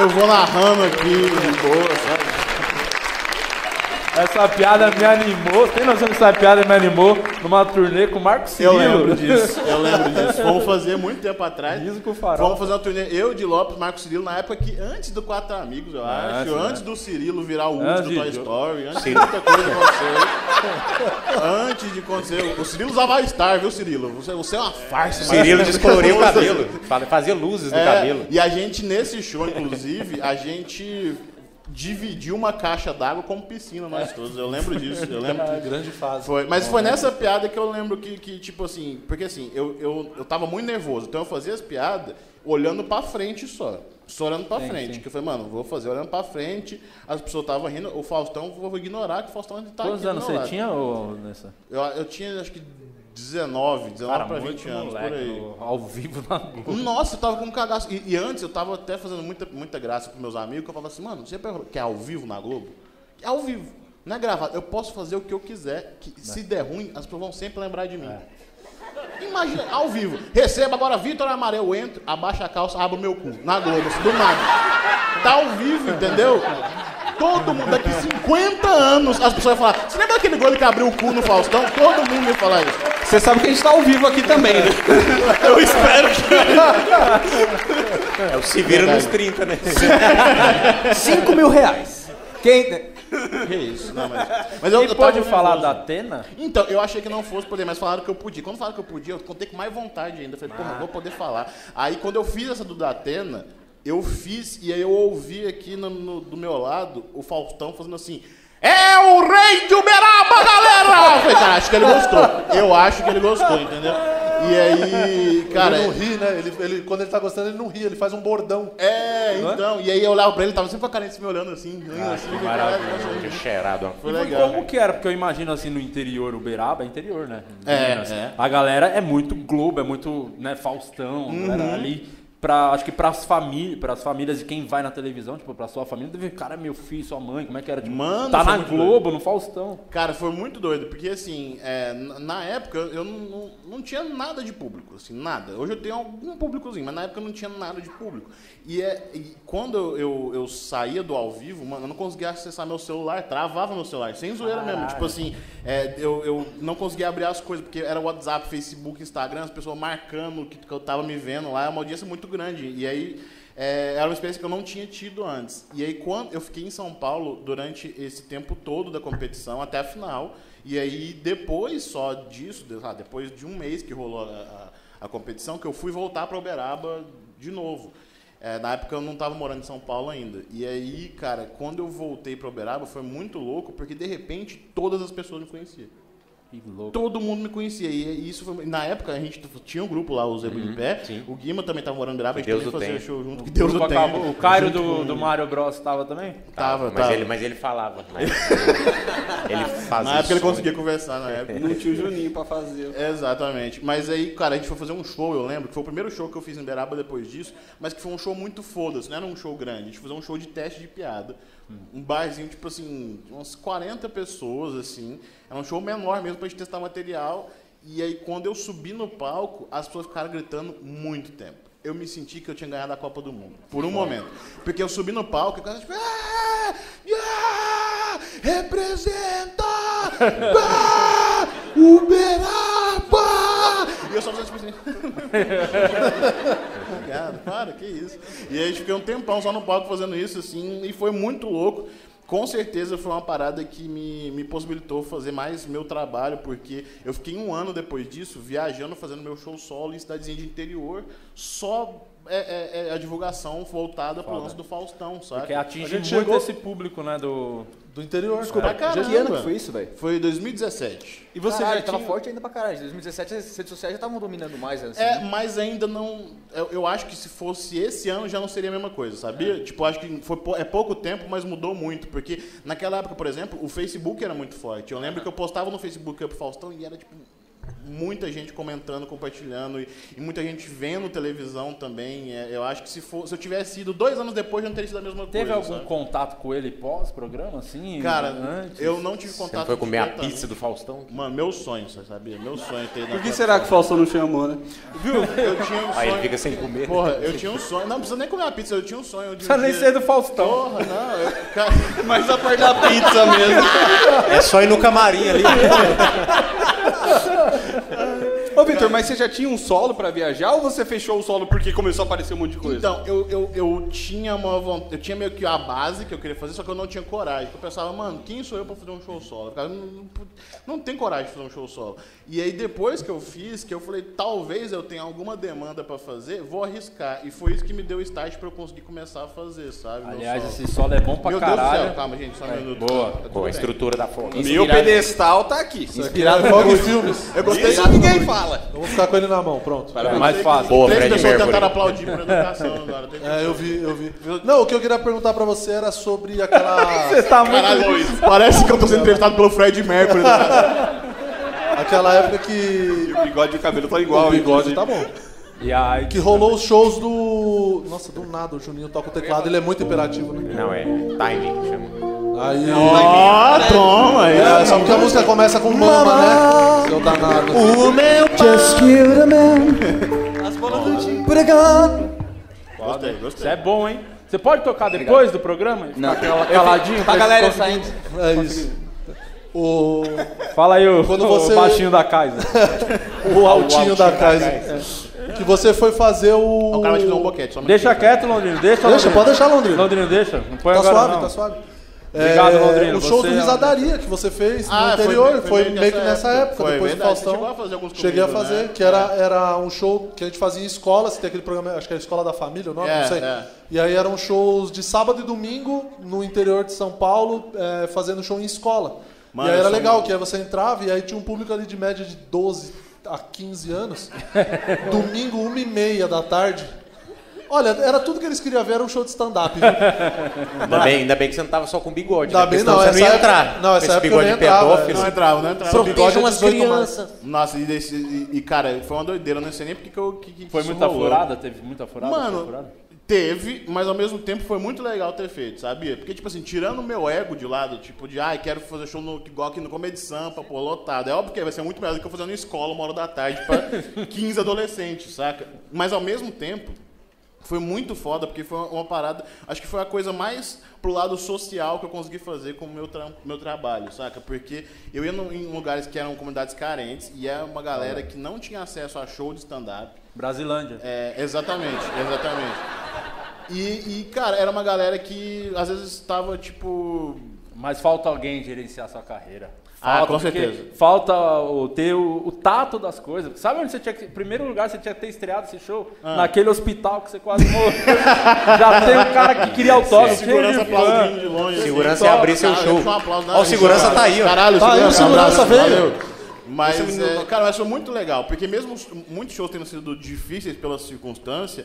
Speaker 5: Eu vou narrando aqui, de boa, sabe?
Speaker 1: Essa piada me animou. Tem noção que essa piada me animou numa turnê com o Marcos
Speaker 5: Eu
Speaker 1: Cirilo?
Speaker 5: lembro disso, eu lembro disso. Fomos fazer muito tempo atrás.
Speaker 1: Riso com farol.
Speaker 5: Fomos fazer uma turnê, eu de Lopes, Marco Cirilo, na época que antes do Quatro Amigos, eu acho,
Speaker 1: sim,
Speaker 5: antes do Cirilo virar o
Speaker 1: Antes
Speaker 5: último do Toy
Speaker 1: de-
Speaker 5: Story, antes de
Speaker 4: Cirilo.
Speaker 5: muita coisa acontecer. antes de acontecer. O Cirilo usava Star, viu, Cirilo? Você, você é uma farsa. mas-
Speaker 4: Cirilo descoloriu o cabelo. Fa- Fazia luzes no
Speaker 5: É,
Speaker 4: cabelo.
Speaker 5: E a gente, nesse show, inclusive, a gente dividiu uma caixa d'água como piscina, nós todos. Eu lembro disso. Eu lembro que
Speaker 3: Grande fase.
Speaker 5: foi. Mas
Speaker 1: É.
Speaker 5: foi nessa piada que eu lembro que, que, tipo assim, porque assim, eu, eu, eu tava muito nervoso, então eu fazia as piadas olhando pra frente só. Só olhando pra frente. Que eu falei, mano, vou fazer olhando pra frente, as pessoas estavam rindo, o Faustão, vou ignorar que o Faustão ele tá
Speaker 1: Quantos
Speaker 5: aqui. do
Speaker 1: anos
Speaker 5: meu
Speaker 1: você
Speaker 5: lado.
Speaker 1: tinha, ô, nessa?
Speaker 5: Eu, eu tinha acho que 19, 19 pra 20
Speaker 1: um
Speaker 5: anos, por aí.
Speaker 1: ao vivo na Globo.
Speaker 5: Nossa, eu tava com um cagaço. E, e antes eu tava até fazendo muita, muita graça pros meus amigos, que eu falava assim, mano, você perguntou que é ao vivo na Globo? É ao vivo, não é gravado. Eu posso fazer o que eu quiser, que se der ruim, as pessoas vão sempre lembrar de mim.
Speaker 1: É.
Speaker 5: Imagina, ao vivo. Receba agora Vitor Amarelo, eu entro, abaixa a calça, abro meu cu. Na Globo, assim, do nada. Tá ao vivo, entendeu? Todo mundo, daqui 50 anos, as pessoas vão falar, você lembra daquele gole que abriu o cu no Faustão? Todo mundo ia falar isso.
Speaker 6: Você sabe que a gente tá ao vivo aqui também, né?
Speaker 5: Eu espero que...
Speaker 4: É, o se vira nos 30, né?
Speaker 11: 5 mil reais. Quem.
Speaker 5: Não, mas... mas eu,
Speaker 1: né, Quem
Speaker 5: eu
Speaker 1: pode
Speaker 5: tava
Speaker 1: falar
Speaker 5: nervoso.
Speaker 1: da Atena?
Speaker 5: Então, eu achei que não fosse poder, mas falaram que eu podia. Quando falaram que eu podia, eu contei com mais vontade ainda. Eu Falei, porra, eu vou poder falar. Aí, quando eu fiz essa do Datena, eu fiz e aí eu ouvi aqui no- no- do meu lado o Faustão fazendo assim. É o rei de Uberaba, galera! Eu falei, cara, acho que ele gostou. Eu acho que ele gostou, entendeu? E aí, cara.
Speaker 3: ele não ri, né? Ele, ele- quando ele tá gostando, ele não ri, ele faz um bordão.
Speaker 5: É, então. E aí eu olhava pra ele, tava sempre com a carinha assim, me olhando assim. rindo
Speaker 3: Ah,
Speaker 5: assim falei, "Cara,
Speaker 4: Maravilhoso, que cheirado. ó.
Speaker 5: Foi
Speaker 1: E
Speaker 5: legal.
Speaker 1: Como que era? Porque eu imagino assim no interior, Uberaba é interior, né?
Speaker 5: É,
Speaker 1: Minas.
Speaker 5: é.
Speaker 1: A galera é muito Globo, é muito né, Faustão, a
Speaker 5: Uhum.
Speaker 1: galera ali. Pra, acho que pras famílias, pras famílias de quem vai na televisão, tipo, pra sua família, deve, cara, meu filho, sua mãe, como é que era? Tipo,
Speaker 5: Mano,
Speaker 1: tá
Speaker 5: foi
Speaker 1: na
Speaker 5: muito
Speaker 1: Globo, no Faustão.
Speaker 5: Cara, foi muito doido, porque assim, é, na- na época eu não, não, não tinha nada de público, assim, nada. Hoje eu tenho algum públicozinho, mas na época eu não tinha nada de público. E, é, e quando eu, eu, eu saía do ao vivo, mano, eu não conseguia acessar meu celular, travava meu celular, sem zoeira mesmo. Tipo assim, é, eu, eu não conseguia abrir as coisas, porque era WhatsApp, Facebook, Instagram, as pessoas marcando que, que eu tava me vendo lá, é uma audiência muito grande. E aí. É, era uma experiência que eu não tinha tido antes. E aí, quando eu fiquei em São Paulo durante esse tempo todo da competição, até a final. E aí, depois só disso, de- sei lá, depois de um mês que rolou a, a, a competição, que eu fui voltar para Uberaba de novo. É, na época eu não estava morando em São Paulo ainda. E aí, cara, quando eu voltei para Uberaba foi muito louco, porque de repente todas as pessoas me conheciam.
Speaker 1: Que louco.
Speaker 5: Todo mundo me conhecia. E é isso foi. Na época a gente tinha um grupo lá, o Zebo de Pé.
Speaker 4: Uhum, sim.
Speaker 5: O Guima também tava morando em Brava, a
Speaker 4: Que
Speaker 5: gente
Speaker 4: Deus
Speaker 5: também
Speaker 4: o
Speaker 5: fazia
Speaker 4: tenha.
Speaker 5: show junto. Que Deus
Speaker 1: grupo
Speaker 5: o tenha.
Speaker 1: acabou. O Cairo
Speaker 5: Junto
Speaker 1: do,
Speaker 5: com-
Speaker 1: do Mario Bros tava também?
Speaker 5: Tava,
Speaker 4: mas,
Speaker 5: tava.
Speaker 4: Ele, mas ele falava. Mas ele fazia
Speaker 5: Na época ele
Speaker 4: som,
Speaker 5: conseguia conversar, na época.
Speaker 6: Não tinha o Juninho pra fazer.
Speaker 5: Exatamente. Mas aí, cara, a gente foi fazer um show, eu lembro, que foi o primeiro show que eu fiz em Beraba depois disso, mas que foi um show muito foda-se, não era um show grande. A gente fez um show de teste de piada.
Speaker 4: Hum.
Speaker 5: Um barzinho, tipo assim, umas 40 pessoas, assim. Era um show menor mesmo pra gente testar material. E aí, quando eu subi no palco, as pessoas ficaram gritando muito tempo. Eu me senti que eu tinha ganhado a Copa do Mundo. Por um momento. Porque eu subi no palco e o cara tipo... "Ah, ah, representa! Ah, Uberaba! E eu só fazia tipo assim... Cara, para, que isso. E aí a gente fiquei um tempão só no palco fazendo isso, assim, e foi muito louco. Com certeza foi uma parada que me, me possibilitou fazer mais meu trabalho, porque eu fiquei um ano depois disso viajando, fazendo meu show solo em cidadezinha de interior, só é, é, é a divulgação voltada pro lance do Faustão, sabe?
Speaker 1: Porque atinge muito
Speaker 3: chegou-
Speaker 1: esse público, né? Do.
Speaker 3: Do interior. Desculpa,
Speaker 5: caramba.
Speaker 11: Que ano que foi isso, velho?
Speaker 5: Foi em 2017.
Speaker 6: E você
Speaker 11: Caralho,
Speaker 6: já
Speaker 11: tava
Speaker 6: tinha...
Speaker 11: forte ainda pra caralho. Em 2017 as redes sociais já estavam dominando mais, assim.
Speaker 5: É, mas ainda não. Eu, eu acho que se fosse esse ano já não seria a mesma coisa, sabia? Tipo, acho que foi, pou- é pouco tempo, mas mudou muito. Porque naquela época, por exemplo, o Facebook era muito forte. Eu lembro que eu postava no Facebook Up Faustão e era tipo. muita gente comentando, compartilhando e, e muita gente vendo televisão também. É, eu acho que se, for, se eu tivesse ido dois anos depois, eu não teria sido a mesma
Speaker 8: Teve
Speaker 5: coisa.
Speaker 8: algum
Speaker 5: sabe?
Speaker 8: contato com ele pós-programa, assim?
Speaker 5: Cara,
Speaker 8: antes?
Speaker 5: eu não tive
Speaker 4: Você não
Speaker 5: contato
Speaker 4: foi comer a
Speaker 5: diretamente.
Speaker 4: pizza do Faustão?
Speaker 5: Mano, meu sonho, você sabia? Meu sonho é ter
Speaker 6: Por que será que o Faustão não chamou, né?
Speaker 5: Viu? Eu tinha um sonho.
Speaker 4: Aí ele fica sem comer.
Speaker 5: Porra, eu tinha um sonho. Não, precisa nem comer uma pizza, eu tinha um sonho. De um
Speaker 1: Precisa nem
Speaker 5: dia-
Speaker 1: ser do Faustão.
Speaker 5: Porra, não. Eu... cara,
Speaker 6: Mas a parte da pizza mesmo.
Speaker 4: É só ir no camarim ali.
Speaker 6: Ô, Vitor, mas você já tinha um solo pra viajar ou você fechou o solo porque começou a aparecer um monte de coisa?
Speaker 5: Então, eu, eu, eu tinha uma vontade. Eu tinha meio que a base que eu queria fazer, só que eu não tinha coragem. Eu pensava, mano, quem sou eu pra fazer um show solo? Cara, não, não, não tem coragem de fazer um show solo. E aí, depois que eu fiz, que eu falei, talvez eu tenha alguma demanda pra fazer, vou arriscar. E foi isso que me deu o start pra eu conseguir começar a fazer, sabe? meu
Speaker 8: Aliás,
Speaker 5: solo.
Speaker 8: esse solo é bom pra
Speaker 5: Meu
Speaker 8: caralho. É.
Speaker 5: Deus do céu, calma, gente, só um minuto.
Speaker 8: boa,
Speaker 5: Tá tudo
Speaker 4: Pô, a
Speaker 5: bem.
Speaker 4: estrutura da foto.
Speaker 6: Meu pedestal tá aqui.
Speaker 3: Inspirado é em Fog Filmes.
Speaker 5: Eu gostei
Speaker 6: Isso ninguém fala.
Speaker 3: Eu vou ficar com ele na mão, pronto.
Speaker 8: É mais fácil.
Speaker 4: Boa,
Speaker 5: Três
Speaker 4: Fred
Speaker 5: pessoas tentaram
Speaker 4: Mercury.
Speaker 5: aplaudir por educação agora. Tem que-
Speaker 3: É, eu vi, eu vi. Não, o que eu queria perguntar pra você era sobre aquela,
Speaker 5: Caralho, Luiz, parece que eu tô sendo entrevistado pelo Fred Mercury.
Speaker 3: aquela época que.
Speaker 6: O bigode e o cabelo tá igual.
Speaker 3: O bigode
Speaker 6: inclusive.
Speaker 3: tá bom.
Speaker 8: E aí,
Speaker 3: Que rolou os shows do. Nossa, do nada, o Juninho toca o teclado, ele é muito imperativo, né?
Speaker 4: Não, é timing, chama.
Speaker 3: Aí.
Speaker 5: Ó, toma aí.
Speaker 3: É, só porque a música começa com mama, né? Seu danado.
Speaker 5: O meu pai.
Speaker 2: Just give the man.
Speaker 6: As bolas do time.
Speaker 2: Put a gun.
Speaker 5: Gostei, gostei.
Speaker 8: Isso é bom, hein? Você pode tocar depois do programa?
Speaker 11: Não,
Speaker 8: caladinho
Speaker 11: pra
Speaker 8: pra
Speaker 11: galera saindo.
Speaker 3: É isso. O,
Speaker 8: Fala aí o,
Speaker 3: Quando
Speaker 8: o
Speaker 3: você-
Speaker 8: baixinho da casa.
Speaker 3: o altinho da casa. É. Que você foi fazer o.
Speaker 5: O cara vai te dar um boquete. Só um
Speaker 8: Deixa
Speaker 5: minutinho.
Speaker 8: quieto, Londrino. Deixa,
Speaker 3: Deixa,
Speaker 8: Londrino.
Speaker 3: pode deixar, Londrina.
Speaker 8: Londrino, deixa. Não põe
Speaker 3: Tá
Speaker 8: agora,
Speaker 3: suave,
Speaker 8: não.
Speaker 3: tá suave.
Speaker 8: Obrigado, Londrina.
Speaker 3: O show
Speaker 8: Você
Speaker 3: do
Speaker 8: é-
Speaker 3: Risadaria que você fez no
Speaker 5: Ah, foi
Speaker 3: anterior,
Speaker 5: meio-
Speaker 3: foi,
Speaker 5: foi
Speaker 3: meio,
Speaker 5: meio
Speaker 3: que
Speaker 5: nessa
Speaker 3: nessa
Speaker 5: época.
Speaker 3: época,
Speaker 5: Foi
Speaker 3: depois
Speaker 5: verdade,
Speaker 3: do
Speaker 5: você
Speaker 3: Faustão.
Speaker 5: chegou a fazer alguns
Speaker 3: Cheguei a
Speaker 5: comigo,
Speaker 3: fazer,
Speaker 5: né?
Speaker 3: que era, era um show que a gente fazia em escola, se tem aquele programa, acho que é a Escola da Família, o nome,
Speaker 5: É,
Speaker 3: não sei.
Speaker 5: é.
Speaker 3: E aí eram shows de sábado e domingo no interior de São Paulo, é, fazendo show em escola.
Speaker 5: Mano,
Speaker 3: e aí era
Speaker 5: eu sou
Speaker 3: legal,
Speaker 5: muito-
Speaker 3: que aí você entrava e aí tinha um público ali de média de 12 a 15 anos. domingo, uma e meia da tarde. Olha, era tudo que eles queriam ver, era um show de stand-up, viu?
Speaker 4: Ainda bem, ainda bem que você não tava só com bigode.
Speaker 3: Ainda
Speaker 4: né?
Speaker 3: bem
Speaker 4: Porque senão
Speaker 3: não,
Speaker 4: você não
Speaker 3: essa
Speaker 4: ia
Speaker 3: época-
Speaker 4: entrar.
Speaker 3: não, essa
Speaker 4: com esse
Speaker 3: época eu
Speaker 4: bigode
Speaker 3: não entrava,
Speaker 4: pedófilo.
Speaker 5: Não entrava, não entrava.
Speaker 3: Só- Bigode é 18 mais.
Speaker 5: Nossa, e, desse- e- e, cara, foi uma doideira. Eu não sei nem porque que eu. Que, que
Speaker 8: Foi
Speaker 5: isso
Speaker 8: muita
Speaker 5: rolou.
Speaker 8: furada? Teve muita furada? Muita
Speaker 5: Mano,
Speaker 8: furada?
Speaker 5: teve, mas ao mesmo tempo foi muito legal ter feito, sabia? Porque, tipo assim, tirando o meu ego de lado, tipo de, ai, quero fazer show no, igual aqui no Comedy Sampa, pô, lotado. É óbvio que vai ser muito melhor do que eu fazendo em escola uma hora da tarde pra 15 adolescentes, saca? Mas ao mesmo tempo, foi muito foda, porque foi uma, uma parada. Acho que foi a coisa mais pro lado social que eu consegui fazer com o meu, tram- meu trabalho, saca? Porque eu ia no- em lugares que eram comunidades carentes e era uma galera que não tinha acesso a show de stand-up.
Speaker 8: Brasilândia.
Speaker 5: É, exatamente, exatamente. E, e, cara, era uma galera que às vezes estava tipo.
Speaker 8: Mas falta alguém gerenciar sua carreira.
Speaker 5: Ah,
Speaker 8: Falta,
Speaker 5: com
Speaker 8: porque
Speaker 5: certeza.
Speaker 8: Falta o, ter o, o tato das coisas. Sabe onde você tinha que. Primeiro lugar, você tinha que ter estreado esse show?
Speaker 5: Ah.
Speaker 8: Naquele hospital que você quase morreu. Já tem um cara que queria autógrafo. ah, cheio
Speaker 5: Segurança
Speaker 3: é
Speaker 8: de fã.
Speaker 5: aplaudindo de longe. assim.
Speaker 4: Segurança é abrir seu
Speaker 5: Cara,
Speaker 4: show.
Speaker 5: deixa um aplauso na
Speaker 4: Ó, o
Speaker 5: gente,
Speaker 4: segurança
Speaker 5: cara.
Speaker 4: tá aí, ó.
Speaker 5: Caralho,
Speaker 3: Tá aí o segurança,
Speaker 5: um abraço,
Speaker 3: veio.
Speaker 5: valeu. Mas, é, cara, mas foi muito legal, porque mesmo os- muitos shows tendo sido difíceis pela circunstância,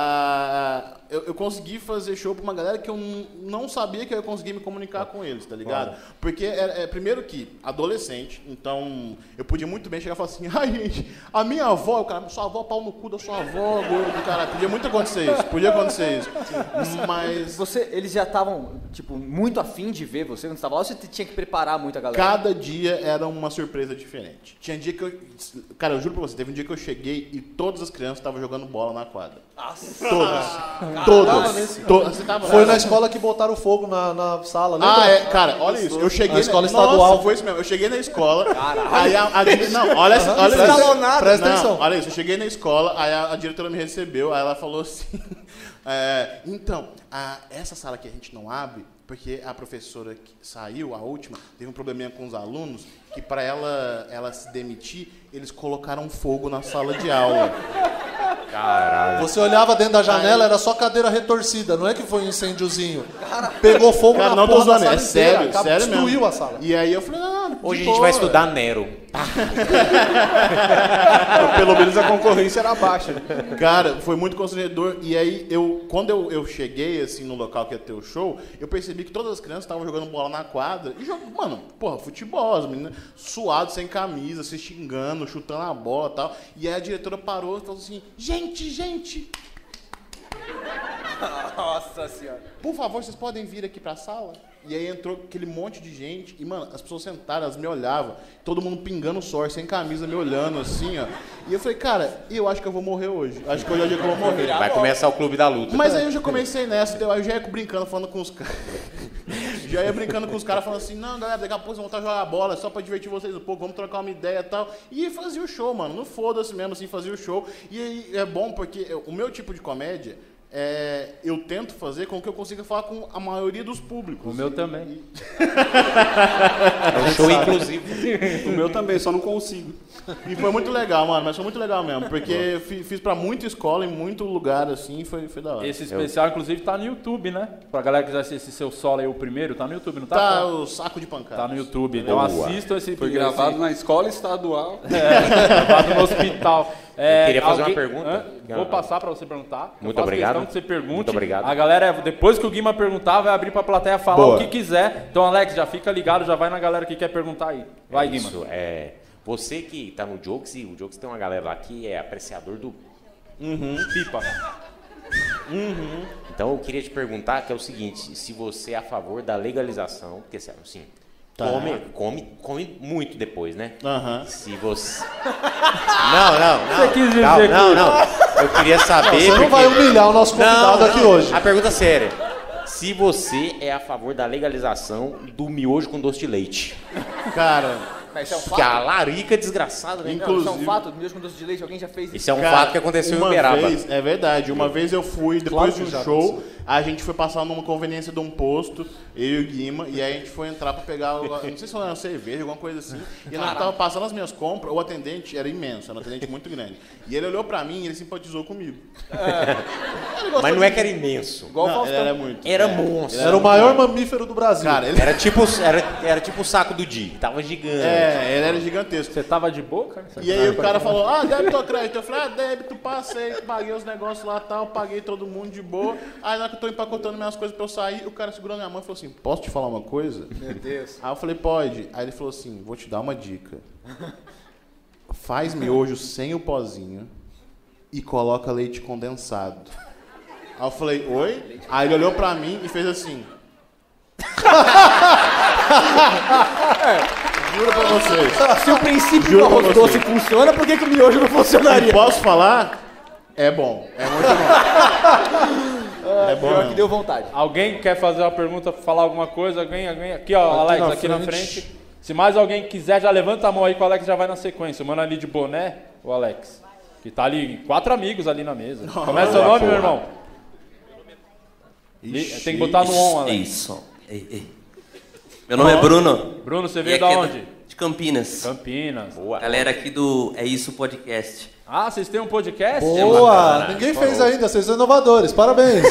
Speaker 5: a- eu, eu consegui fazer show pra uma galera que eu n- não sabia que eu ia conseguir me comunicar com eles, tá ligado? Porque, é, é, primeiro que, adolescente, então eu podia muito bem chegar e falar assim, ai gente, a minha avó, o cara, sua avó, pau no cu da sua avó, gordo do caralho. Podia muito acontecer isso, podia acontecer isso. Mas...
Speaker 11: Você, eles já estavam, tipo, muito afim de ver você quando você tava lá, ou você t- tinha que preparar muito a galera?
Speaker 5: Cada dia era uma surpresa diferente. Tinha dia que eu. Cara, eu juro pra você, teve um dia que eu cheguei e todas as crianças estavam jogando bola na quadra. Todas. Todas. Todas. Você tava
Speaker 3: Foi
Speaker 5: lá?
Speaker 3: na escola que botaram fogo na, na sala, lembra?
Speaker 5: Ah, é, cara, olha isso. Eu cheguei
Speaker 3: Na escola
Speaker 5: Nossa,
Speaker 3: estadual.
Speaker 5: foi isso mesmo. Eu cheguei na escola. Aí a, a dire- não, olha, essa- olha
Speaker 3: Presta-
Speaker 5: isso.
Speaker 3: presta
Speaker 5: Não,
Speaker 3: atenção.
Speaker 5: Olha isso, eu cheguei na escola, aí a, a diretora me recebeu, aí ela falou assim: é, então, a- essa sala que a gente não abre, porque a professora que saiu, a última, teve um probleminha com os alunos, que para ela, ela se demitir, eles colocaram fogo na sala de aula.
Speaker 3: Você olhava dentro da janela, era só cadeira retorcida, não é que foi um incêndiozinho. Pegou fogo
Speaker 5: Cara,
Speaker 3: na
Speaker 5: não
Speaker 3: porra
Speaker 5: tô
Speaker 3: da
Speaker 5: zoando,
Speaker 3: sala
Speaker 5: é
Speaker 3: inteira,
Speaker 5: sério,
Speaker 3: acabou-
Speaker 5: sério mesmo.
Speaker 3: destruiu a sala.
Speaker 5: E aí eu falei, "Ah, não,
Speaker 4: Hoje a gente vai estudar Nero.
Speaker 6: Pelo menos a concorrência era baixa.
Speaker 5: Cara, foi muito constrangedor. E aí, eu, quando eu, eu cheguei, assim, no local que ia ter o show, eu percebi que todas as crianças estavam jogando bola na quadra. E jogando, mano, porra, futebol, as meninas suadas, sem camisa, se xingando, chutando a bola e tal. E aí a diretora parou e falou assim, gente, gente,
Speaker 1: Nossa senhora.
Speaker 5: por favor, vocês podem vir aqui pra sala? E aí entrou aquele monte de gente, e, mano, as pessoas sentaram, elas me olhavam, todo mundo pingando sorte, sem camisa, me olhando assim, ó. E eu falei, cara, eu acho que eu vou morrer hoje. Acho que hoje é o dia que eu vou morrer.
Speaker 4: Vai começar o clube da luta.
Speaker 5: Mas aí eu já comecei nessa, eu já ia brincando, falando com os caras. Já ia brincando com os caras, falando assim, não, galera, daqui a pouco vocês vão estar jogando a bola, só pra divertir vocês um pouco, vamos trocar uma ideia e tal. E fazia o show, mano, não foda-se mesmo, assim, fazia o show. E aí é bom porque eu- o meu tipo de comédia, é, eu tento fazer com que eu consiga falar com a maioria dos públicos.
Speaker 1: O meu também.
Speaker 4: É um show inclusivo.
Speaker 6: O meu também, só não consigo.
Speaker 5: E foi muito legal, mano, mas foi muito legal mesmo, porque eu fi- fiz pra muita escola, em muito lugar, assim, foi, foi da hora.
Speaker 1: Esse especial, inclusive, tá no YouTube, né? Pra galera que quiser assistir esse seu solo aí, o primeiro, tá no YouTube, não tá?
Speaker 5: Tá o saco de pancada.
Speaker 1: Tá no YouTube. Então assistam esse
Speaker 6: Foi gravado na escola estadual.
Speaker 1: gravado no hospital. É,
Speaker 4: Eu queria fazer uma
Speaker 1: alguém-
Speaker 4: pergunta.
Speaker 1: Hã? Vou passar pra você perguntar. Eu
Speaker 4: Muito
Speaker 1: faço
Speaker 4: obrigado.
Speaker 1: questão que você pergunte.
Speaker 4: Muito obrigado.
Speaker 1: A galera, depois que o Guima perguntar, vai abrir pra plateia falar
Speaker 12: Boa.
Speaker 1: o que quiser. Então, Alex, já fica ligado, já vai na galera que quer perguntar aí. Vai, Guima.
Speaker 4: Isso, é. Você que tá no Jokes, e o Jokes tem uma galera lá que é apreciador do.
Speaker 1: Pipa.
Speaker 4: Então eu queria te perguntar que é o seguinte, se você é a favor da legalização, porque assim, assim, come, come, come muito depois, né?
Speaker 5: Aham.
Speaker 4: Se você. Não, não, não.
Speaker 1: Você quis dizer
Speaker 4: não,
Speaker 1: que-
Speaker 4: não, não. Eu queria saber.
Speaker 3: Você não
Speaker 4: porque-
Speaker 3: vai humilhar o nosso convidado aqui hoje.
Speaker 4: A pergunta é séria. Se você é a favor da legalização do miojo com doce de leite.
Speaker 5: Cara,
Speaker 2: Mas isso é um
Speaker 4: Que a
Speaker 2: fato.
Speaker 4: larica é desgraçada, né?
Speaker 2: Não, isso é um fato. Mesmo com doce de leite, alguém já fez isso.
Speaker 4: Isso é um
Speaker 5: Cara,
Speaker 4: fato que aconteceu em
Speaker 5: uma
Speaker 4: Uberaba.
Speaker 5: vez- é verdade. Uma vez eu fui,
Speaker 3: Claro
Speaker 5: depois
Speaker 3: que
Speaker 5: de
Speaker 3: já
Speaker 5: um show, a gente foi passar numa conveniência de um posto, eu e o Guima, e aí a gente foi entrar pra pegar, o- não sei se era uma cerveja, alguma coisa assim, e nós tava passando as minhas compras, o atendente era imenso, era um atendente muito grande. E ele olhou pra mim e ele simpatizou comigo. Ele gostou
Speaker 4: Mas não é
Speaker 5: de mim.
Speaker 4: que era imenso. É.
Speaker 5: Não, ele era muito.
Speaker 4: Era monstro.
Speaker 3: Era o maior mamífero do Brasil.
Speaker 5: Cara, ele...
Speaker 4: Era tipo, era, era tipo o saco do Di. Tava gigante.
Speaker 5: É, ele era gigantesco.
Speaker 1: Você tava de boca? né?
Speaker 5: E aí o cara falou, ah, débito ou crédito? Eu falei, ah, débito, passei, paguei os negócios lá tal, paguei todo mundo de boa. Aí na hora que eu tô empacotando minhas coisas pra eu sair, o cara segurou minha mão e falou assim, posso te falar uma coisa? Meu Deus. Aí eu falei, pode. Aí ele falou assim, vou te dar uma dica. Faz miojo sem o pozinho e coloca leite condensado. Aí eu falei, oi? Aí ele olhou pra mim e fez assim. é, juro pra vocês.
Speaker 2: Se o princípio
Speaker 5: Juro
Speaker 2: do
Speaker 5: pra
Speaker 2: arroz
Speaker 5: você.
Speaker 2: doce funciona, por que, que o miojo não
Speaker 5: E
Speaker 2: funcionaria?
Speaker 5: posso falar? É bom. É muito bom. é bom.
Speaker 2: Pior que
Speaker 5: mesmo.
Speaker 2: deu vontade.
Speaker 1: Alguém quer fazer uma pergunta, falar alguma coisa? Alguém, alguém? Aqui, ó, Alex,
Speaker 3: na
Speaker 1: aqui na
Speaker 3: frente.
Speaker 1: frente. Se mais alguém quiser, já levanta a mão aí que o Alex já vai na sequência. O mano ali de boné, o Alex. Que tá ali, quatro amigos ali na mesa. Começa o nome, meu irmão. Li- Tem que botar Tá no on,
Speaker 10: É
Speaker 1: Alex.
Speaker 10: isso. Ei, ei. Meu nome é Bruno.
Speaker 1: Bruno, você
Speaker 10: E
Speaker 1: veio
Speaker 10: aqui
Speaker 1: da
Speaker 10: é
Speaker 1: onde?
Speaker 10: De Campinas.
Speaker 1: Campinas.
Speaker 10: Galera aqui do É Isso Podcast.
Speaker 1: Ah, vocês têm um podcast?
Speaker 3: Boa! Ninguém fez ainda, vocês são inovadores, parabéns.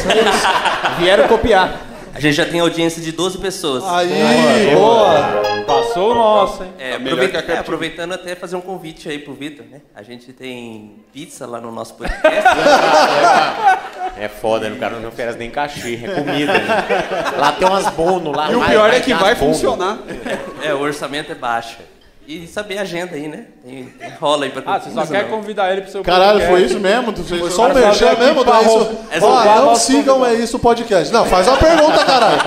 Speaker 2: Vieram copiar.
Speaker 10: A gente já tem audiência de 12 pessoas.
Speaker 1: Ah,
Speaker 3: Aí, boa!
Speaker 1: Passou o nosso, hein?
Speaker 6: melhor
Speaker 10: É,
Speaker 6: que a
Speaker 10: aproveita-
Speaker 6: Captiva.
Speaker 10: é, aproveitando até fazer um convite aí pro Vitor, né? A gente tem pizza lá no nosso podcast.
Speaker 4: É foda, né? O cara não oferece nem cachê, é comida. né? Lá tem umas bônus lá.
Speaker 6: E o pior é que vai funcionar.
Speaker 10: é, o orçamento é baixo. E saber a agenda aí, né? Tem, tem rola aí pra né?
Speaker 1: Ah, você só quer
Speaker 10: não.
Speaker 1: convidar ele pro seu
Speaker 5: Caralho,
Speaker 1: podcast.
Speaker 5: foi isso mesmo? Vocês
Speaker 3: Foi só um
Speaker 5: foram-
Speaker 3: merchan mesmo,
Speaker 1: pra
Speaker 3: tá isso?
Speaker 1: roubar-
Speaker 10: é
Speaker 3: Ó,
Speaker 10: roubar
Speaker 3: não
Speaker 1: nosso
Speaker 3: sigam é isso o podcast. Não, faz uma pergunta, caralho.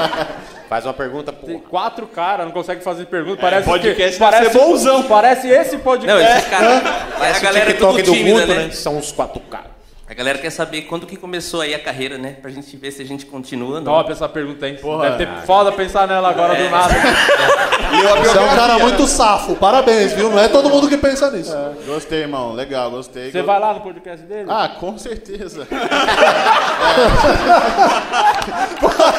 Speaker 4: Faz uma pergunta, pô.
Speaker 1: Tem quatro caras, não consegue fazer pergunta. Parece
Speaker 6: podcast
Speaker 1: que,
Speaker 6: deve
Speaker 1: parece,
Speaker 6: ser bonzão.
Speaker 1: Parece esse
Speaker 10: Não,
Speaker 1: podcast.
Speaker 10: esses caras. é a galera
Speaker 4: TikTok
Speaker 10: tudo
Speaker 4: do
Speaker 10: tímida,
Speaker 4: Guto,
Speaker 10: né?
Speaker 4: São uns quatro caras.
Speaker 10: A galera quer saber quando que começou aí a carreira, né? Pra gente ver se a gente continua né? ou não.
Speaker 1: Top essa pergunta, hein? Deve ter foda pensar nela agora do nada.
Speaker 3: Você é um cara muito
Speaker 5: né?
Speaker 3: safo, parabéns, viu? Não é todo mundo que pensa nisso.
Speaker 5: É. Gostei, irmão. Legal, gostei.
Speaker 1: Você
Speaker 5: Go-
Speaker 1: vai lá no podcast dele?
Speaker 5: Ah, com certeza.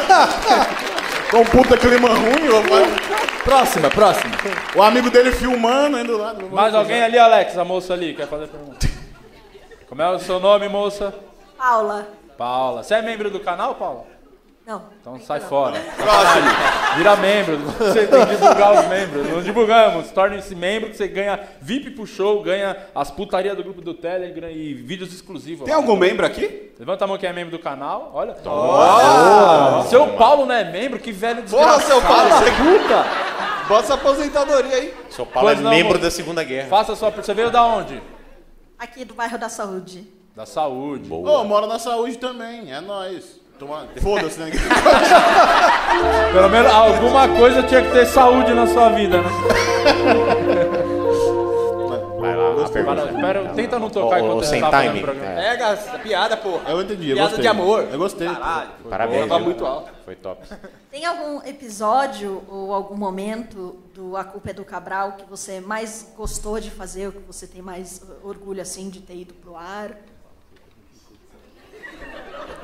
Speaker 5: É. Com um puta clima ruim, eu vou-
Speaker 2: Próxima, próxima.
Speaker 5: o amigo dele filmando ainda lá.
Speaker 1: Mais alguém ali, Alex? A moça ali, quer fazer pergunta? Como é o seu nome, moça?
Speaker 13: Paula.
Speaker 1: Paula. Você é membro do canal, Paula?
Speaker 14: Não.
Speaker 1: Então sai fora. Próximo. Vira membro. Você tem que divulgar os membros. Não divulgamos. Torne-se membro que você ganha VIP pro show, ganha as putarias do grupo do Telegram e vídeos exclusivos.
Speaker 6: Tem algum membro aqui?
Speaker 1: Levanta a mão quem é membro do canal. Olha. Toma. Seu Paulo não é membro? Que velho desgraçado.
Speaker 6: Porra, seu Paulo, você-
Speaker 1: Puta.
Speaker 6: Bota essa aposentadoria aí.
Speaker 4: São Paulo
Speaker 1: Pois
Speaker 4: é
Speaker 1: não,
Speaker 4: membro
Speaker 1: amor.
Speaker 4: da Segunda Guerra.
Speaker 1: Faça a sua... Você veio da onde?
Speaker 14: Aqui do bairro da Saúde.
Speaker 1: Da saúde.
Speaker 5: Ô, moro na saúde também, é nóis. Toma- Foda-se, né?
Speaker 1: Pelo menos alguma coisa tinha que ter saúde na sua vida, né?
Speaker 4: Vai lá, a pergunta.
Speaker 1: Para- pera, tenta não tocar
Speaker 4: Ô,
Speaker 1: enquanto
Speaker 4: ô,
Speaker 1: ele
Speaker 4: sem
Speaker 1: tá fazendo o
Speaker 4: timing,
Speaker 1: programa.
Speaker 4: é.
Speaker 10: Pega essa piada, porra.
Speaker 5: Eu entendi, eu
Speaker 10: Piada
Speaker 5: gostei.
Speaker 10: de amor.
Speaker 5: Eu gostei.
Speaker 10: Caralho.
Speaker 1: É,
Speaker 4: Parabéns.
Speaker 10: Tá
Speaker 4: viu?
Speaker 10: muito alto.
Speaker 4: Foi top.
Speaker 14: Tem algum episódio ou algum momento do A Culpa é do Cabral que você mais gostou de fazer, ou que você tem mais uh, orgulho assim de ter ido pro ar?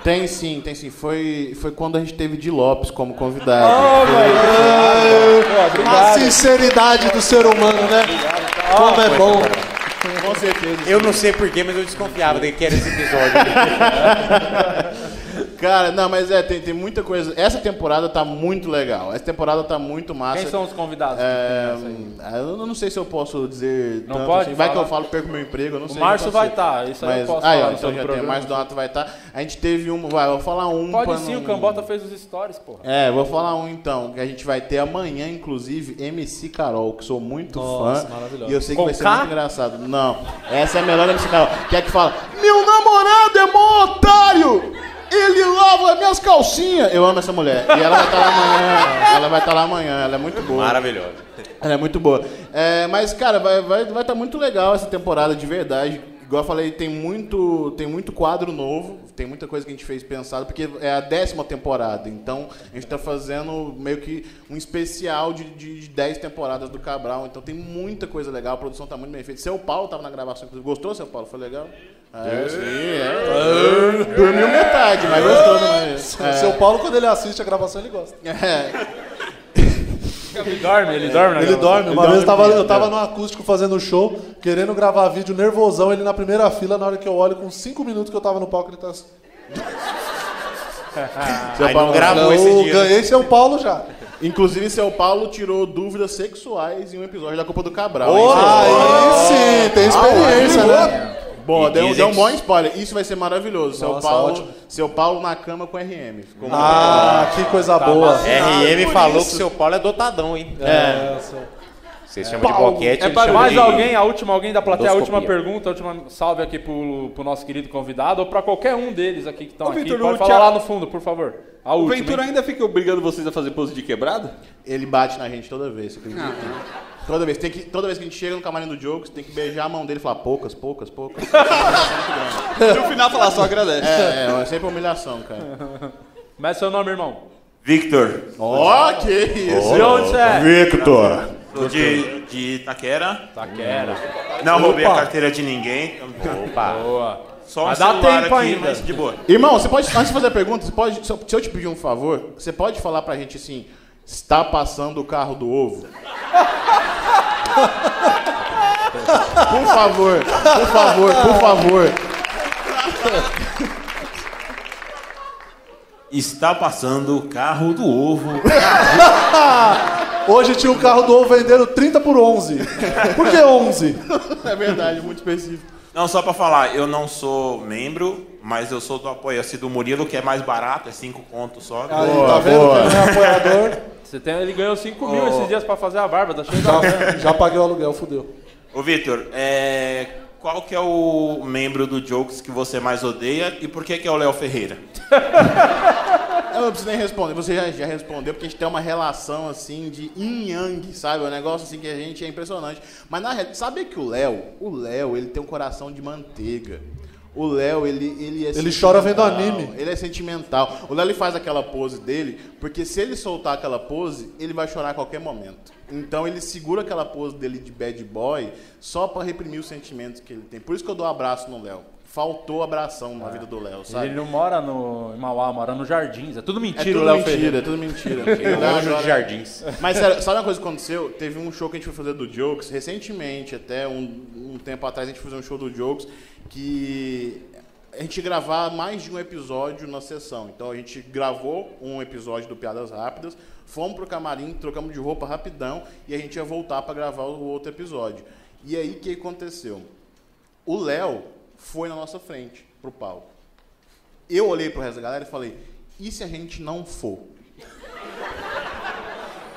Speaker 5: Tem sim, tem sim. Foi, foi quando a gente teve de Lopes como convidado.
Speaker 1: Ah, É.
Speaker 3: A sinceridade do ser humano, né? Como é bom.
Speaker 5: Com certeza.
Speaker 4: Eu não sei porquê, mas eu desconfiava de que era esse episódio.
Speaker 5: Cara, não, mas é, tem, tem muita coisa. Essa temporada tá muito legal. Essa temporada tá muito massa.
Speaker 1: Quem são os convidados?
Speaker 5: É, eu não sei se eu posso dizer
Speaker 1: Não
Speaker 5: tanto
Speaker 1: pode
Speaker 5: assim. Vai que
Speaker 1: falar?
Speaker 5: eu falo, perco meu emprego, eu não sei.
Speaker 1: Márcio
Speaker 5: não
Speaker 1: vai
Speaker 5: sei.
Speaker 1: tá, isso aí eu posso
Speaker 5: ah,
Speaker 1: falar, então,
Speaker 5: então
Speaker 1: no
Speaker 5: já tem
Speaker 1: programa.
Speaker 5: mais Donato vai estar. A gente teve um, vai, eu vou falar um pra
Speaker 1: Pode sim,
Speaker 5: não-
Speaker 1: o Cambota fez os stories, porra.
Speaker 5: É, vou falar um então, que a gente vai ter amanhã, inclusive, MC Carol, que sou muito
Speaker 3: Nossa,
Speaker 5: fã.
Speaker 3: maravilhosa.
Speaker 5: E eu sei que
Speaker 1: Com
Speaker 5: vai ser
Speaker 1: K?
Speaker 5: muito engraçado. Não, essa é a melhor MC Carol. Que é que fala: Meu namorado é mó otário! Ele lava minhas calcinhas! Eu amo essa mulher. E ela vai estar lá amanhã. Ela vai estar lá amanhã, ela é muito boa.
Speaker 4: Maravilhoso.
Speaker 5: Ela é muito boa. É, mas, cara, vai estar vai, vai tá muito legal essa temporada, de verdade. Igual eu falei, tem muito, tem muito quadro novo, tem muita coisa que a gente fez pensado, porque é a décima temporada. Então, a gente está fazendo meio que um especial de, de, de 10 temporadas do Cabral. Então, tem muita coisa legal, a produção tá muito bem feita. Seu Paulo tava na gravação. inclusive. Gostou, seu Paulo? Foi legal? É, sim, é. Dormiu metade, mas gostou, né? Mas- é.
Speaker 3: Seu Paulo, quando ele assiste a gravação, ele gosta.
Speaker 5: É.
Speaker 1: Ele dorme, ele dorme né? na
Speaker 3: Ele
Speaker 1: gravação.
Speaker 3: dorme. Uma
Speaker 5: Ele
Speaker 3: vez eu
Speaker 5: dorme
Speaker 3: tava,
Speaker 5: mesmo,
Speaker 3: eu tava no acústico fazendo show, querendo gravar vídeo, nervosão, ele na primeira fila, na hora que eu olho, com cinco minutos que eu tava no palco, ele tá assim.
Speaker 5: Seu
Speaker 4: Aí não gravou
Speaker 5: falou,
Speaker 4: esse
Speaker 3: Eu
Speaker 4: dia.
Speaker 3: ganhei São Paulo já.
Speaker 5: Inclusive, seu Paulo tirou dúvidas sexuais em um episódio da Copa do Cabral.
Speaker 3: Aí sim, tem experiência, né?
Speaker 5: Bom,
Speaker 4: E
Speaker 5: deu,
Speaker 4: dizem
Speaker 5: deu um
Speaker 4: que-
Speaker 5: bom spoiler. Isso vai ser maravilhoso. Seu
Speaker 3: Nossa,
Speaker 5: Paulo,
Speaker 3: ótimo.
Speaker 5: seu Paulo na cama com RM. Ficou muito
Speaker 3: Ah, que coisa boa.
Speaker 4: RM falou que o seu Paulo é dotadão, hein?
Speaker 3: É.
Speaker 4: Vocês chamam de boquete,
Speaker 1: É
Speaker 4: ele
Speaker 1: para
Speaker 4: tipo chama
Speaker 1: mais
Speaker 4: de-
Speaker 1: alguém, a última alguém da plateia, a
Speaker 4: Endoscopia.
Speaker 1: última pergunta, a última salve aqui pro, pro nosso querido convidado, ou pra qualquer um deles aqui que estão
Speaker 6: Ô,
Speaker 1: aqui.
Speaker 6: Vitor,
Speaker 1: Pode
Speaker 6: o
Speaker 1: falar
Speaker 6: Thiago-
Speaker 1: lá no fundo, por favor. A
Speaker 6: O
Speaker 1: última.
Speaker 6: Ventura
Speaker 1: hein?
Speaker 6: ainda fica obrigando vocês a fazer pose de quebrada?
Speaker 5: Ele bate na gente toda vez, você acredita? Toda vez, tem que, toda vez que a gente chega no camarim do Jokes, tem que beijar a mão dele e falar poucas, poucas, poucas.
Speaker 6: E no final falar, só agradece.
Speaker 5: É, é, é sempre humilhação, cara.
Speaker 1: Mas seu nome, irmão.
Speaker 15: Victor.
Speaker 5: Ó, que isso.
Speaker 1: De onde você é?
Speaker 15: Victor. Sou de, de Itaquera.
Speaker 1: Taquera.
Speaker 15: Não roubei a carteira de ninguém. Opa.
Speaker 1: Boa.
Speaker 15: Só um
Speaker 1: Mas dá
Speaker 15: celular
Speaker 1: tempo
Speaker 15: aqui,
Speaker 1: ainda.
Speaker 15: mas de boa.
Speaker 5: Irmão, você pode, antes de fazer a pergunta, você pode, se eu- se eu te pedir um favor, você pode falar pra gente assim, está passando o carro do ovo? Por favor, por favor, por favor.
Speaker 15: Está passando o carro do ovo.
Speaker 3: Hoje tinha o carro do ovo vendendo 30 por 11. Por que 11?
Speaker 5: É verdade, muito específico.
Speaker 15: Não, só pra falar, eu não sou membro, mas eu sou do apoia-se do Murilo, que é mais barato, é 5 conto só.
Speaker 3: Aí, tá vendo? Quem não é apoiador,
Speaker 1: Você tem, ele ganhou 5 mil esses dias pra fazer a barba, tá cheio de
Speaker 3: já, já paguei o aluguel, fudeu.
Speaker 15: Ô, Vitor, é, qual que é o membro do Jokes que você mais odeia e por que que é o Léo Ferreira?
Speaker 5: Eu não preciso nem responder, você já, já respondeu, porque a gente tem uma relação assim de yin yang, sabe? É um negócio assim que a gente é impressionante. Mas na realidade, sabe que o Léo, o Léo, ele tem um coração de manteiga. O Léo, ele, ele é
Speaker 3: Ele chora vendo
Speaker 5: sentimental,
Speaker 3: anime.
Speaker 5: Ele é sentimental. O Léo ele faz aquela pose dele, porque se ele soltar aquela pose, ele vai chorar a qualquer momento. Então ele segura aquela pose dele de bad boy só pra reprimir os sentimentos que ele tem. Por isso que eu dou abraço no Léo. Faltou abração na vida do Léo, sabe?
Speaker 1: Ele não mora no em Mauá, mora nos Jardins. É tudo
Speaker 5: É
Speaker 1: mentira,
Speaker 5: tudo
Speaker 1: o Léo
Speaker 5: mentira,
Speaker 1: Ferreira.
Speaker 5: é tudo mentira.
Speaker 4: Eu
Speaker 5: Agora-
Speaker 4: anjo de jardins.
Speaker 5: Mas sério, sabe uma coisa que aconteceu? Teve um show que a gente foi fazer do Jokes, recentemente, até um, um tempo atrás, a gente fez um show do Jokes que a gente gravar mais de um episódio na sessão. Então a gente gravou um episódio do Piadas Rápidas, fomos pro camarim, trocamos de roupa rapidão e a gente ia voltar para gravar o outro episódio. E aí o que aconteceu? O Léo foi na nossa frente pro palco. Eu olhei pro resto da galera e falei: "E se a gente não for?"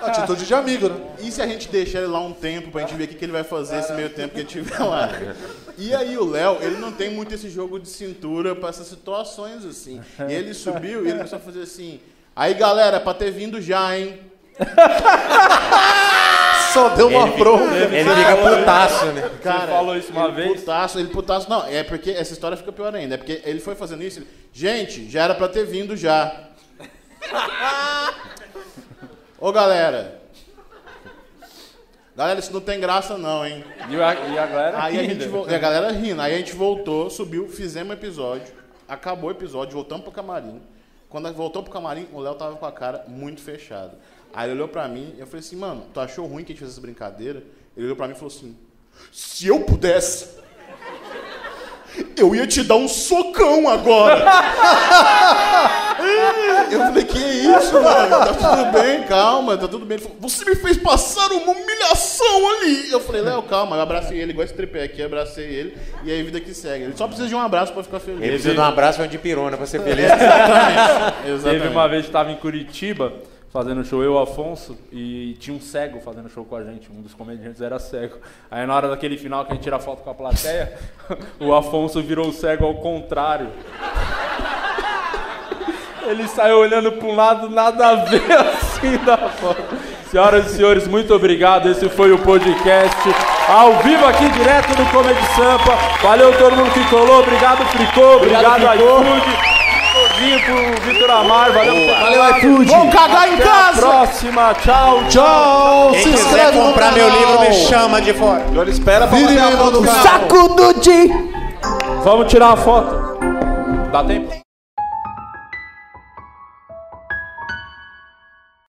Speaker 3: Atitude de amigo, né?
Speaker 5: E se a gente deixar ele lá um tempo pra gente ver o que, que ele vai fazer esse meio tempo que ele tiver lá? E aí o Léo, ele não tem muito esse jogo de cintura pra essas situações assim. E ele subiu e ele começou a fazer assim. Aí galera, pra ter vindo já, hein?
Speaker 3: Só deu uma
Speaker 4: Ele fica-
Speaker 3: bronca.
Speaker 4: ele fica putaço, né?
Speaker 5: Cara,
Speaker 1: Você falou isso uma
Speaker 5: ele
Speaker 1: vez?
Speaker 5: Putaço, ele putaço. Não, é porque essa história fica pior ainda. É porque ele foi fazendo isso. ele, Gente, já era pra ter vindo já. Ô galera. Galera, isso não tem graça não, hein?
Speaker 1: E a, e a galera
Speaker 5: Aí a,
Speaker 1: rindo.
Speaker 5: gente vo- e a galera rindo. Aí a gente voltou, subiu, fizemos um episódio. Acabou o episódio, voltamos pro camarim. Quando a- voltou pro camarim, o Léo tava com a cara muito fechada. Aí ele olhou pra mim e eu falei assim, mano, tu achou ruim que a gente fez essa brincadeira? Ele olhou pra mim e falou assim, se eu pudesse, eu ia te dar um socão agora. Eu falei, que é isso, mano? Tá tudo bem, calma, tá tudo bem. Ele falou, você me fez passar uma humilhação ali. Eu falei, Léo, calma. Eu abracei ele, igual esse tripé aqui, abracei ele. E aí, vida que segue. Ele só precisa de um abraço pra ficar feliz.
Speaker 4: Ele precisa de um abraço e uma de pirona pra ser feliz.
Speaker 5: Exatamente. Exatamente.
Speaker 1: Teve uma vez que estava em Curitiba fazendo show, eu, Afonso, e tinha um cego fazendo show com a gente. Um dos comediantes era cego. Aí na hora daquele final que a gente tira foto com a plateia, o Afonso virou o cego ao contrário. Ele saiu olhando para um lado, nada a ver assim da foto. Senhoras e senhores, muito obrigado. Esse foi o podcast ao vivo aqui direto do Comedy Sampa. Valeu todo mundo que colou. Obrigado, Fricô. Obrigado, iFood. Todinho pro Vitor Amar. Valeu,
Speaker 2: Valeu, iFood.
Speaker 5: Vamos cagar em
Speaker 1: Até
Speaker 5: casa!
Speaker 1: A próxima. Tchau, tchau.
Speaker 3: Tchau,
Speaker 15: Quem
Speaker 3: se
Speaker 15: quiser
Speaker 3: inscreve no
Speaker 15: comprar meu
Speaker 3: canal.
Speaker 15: livro, me chama de fora.
Speaker 6: Agora espera pra
Speaker 3: Vire
Speaker 6: bater a
Speaker 3: membro do canal.
Speaker 1: Saco do Di. Vamos tirar a foto. Dá tempo?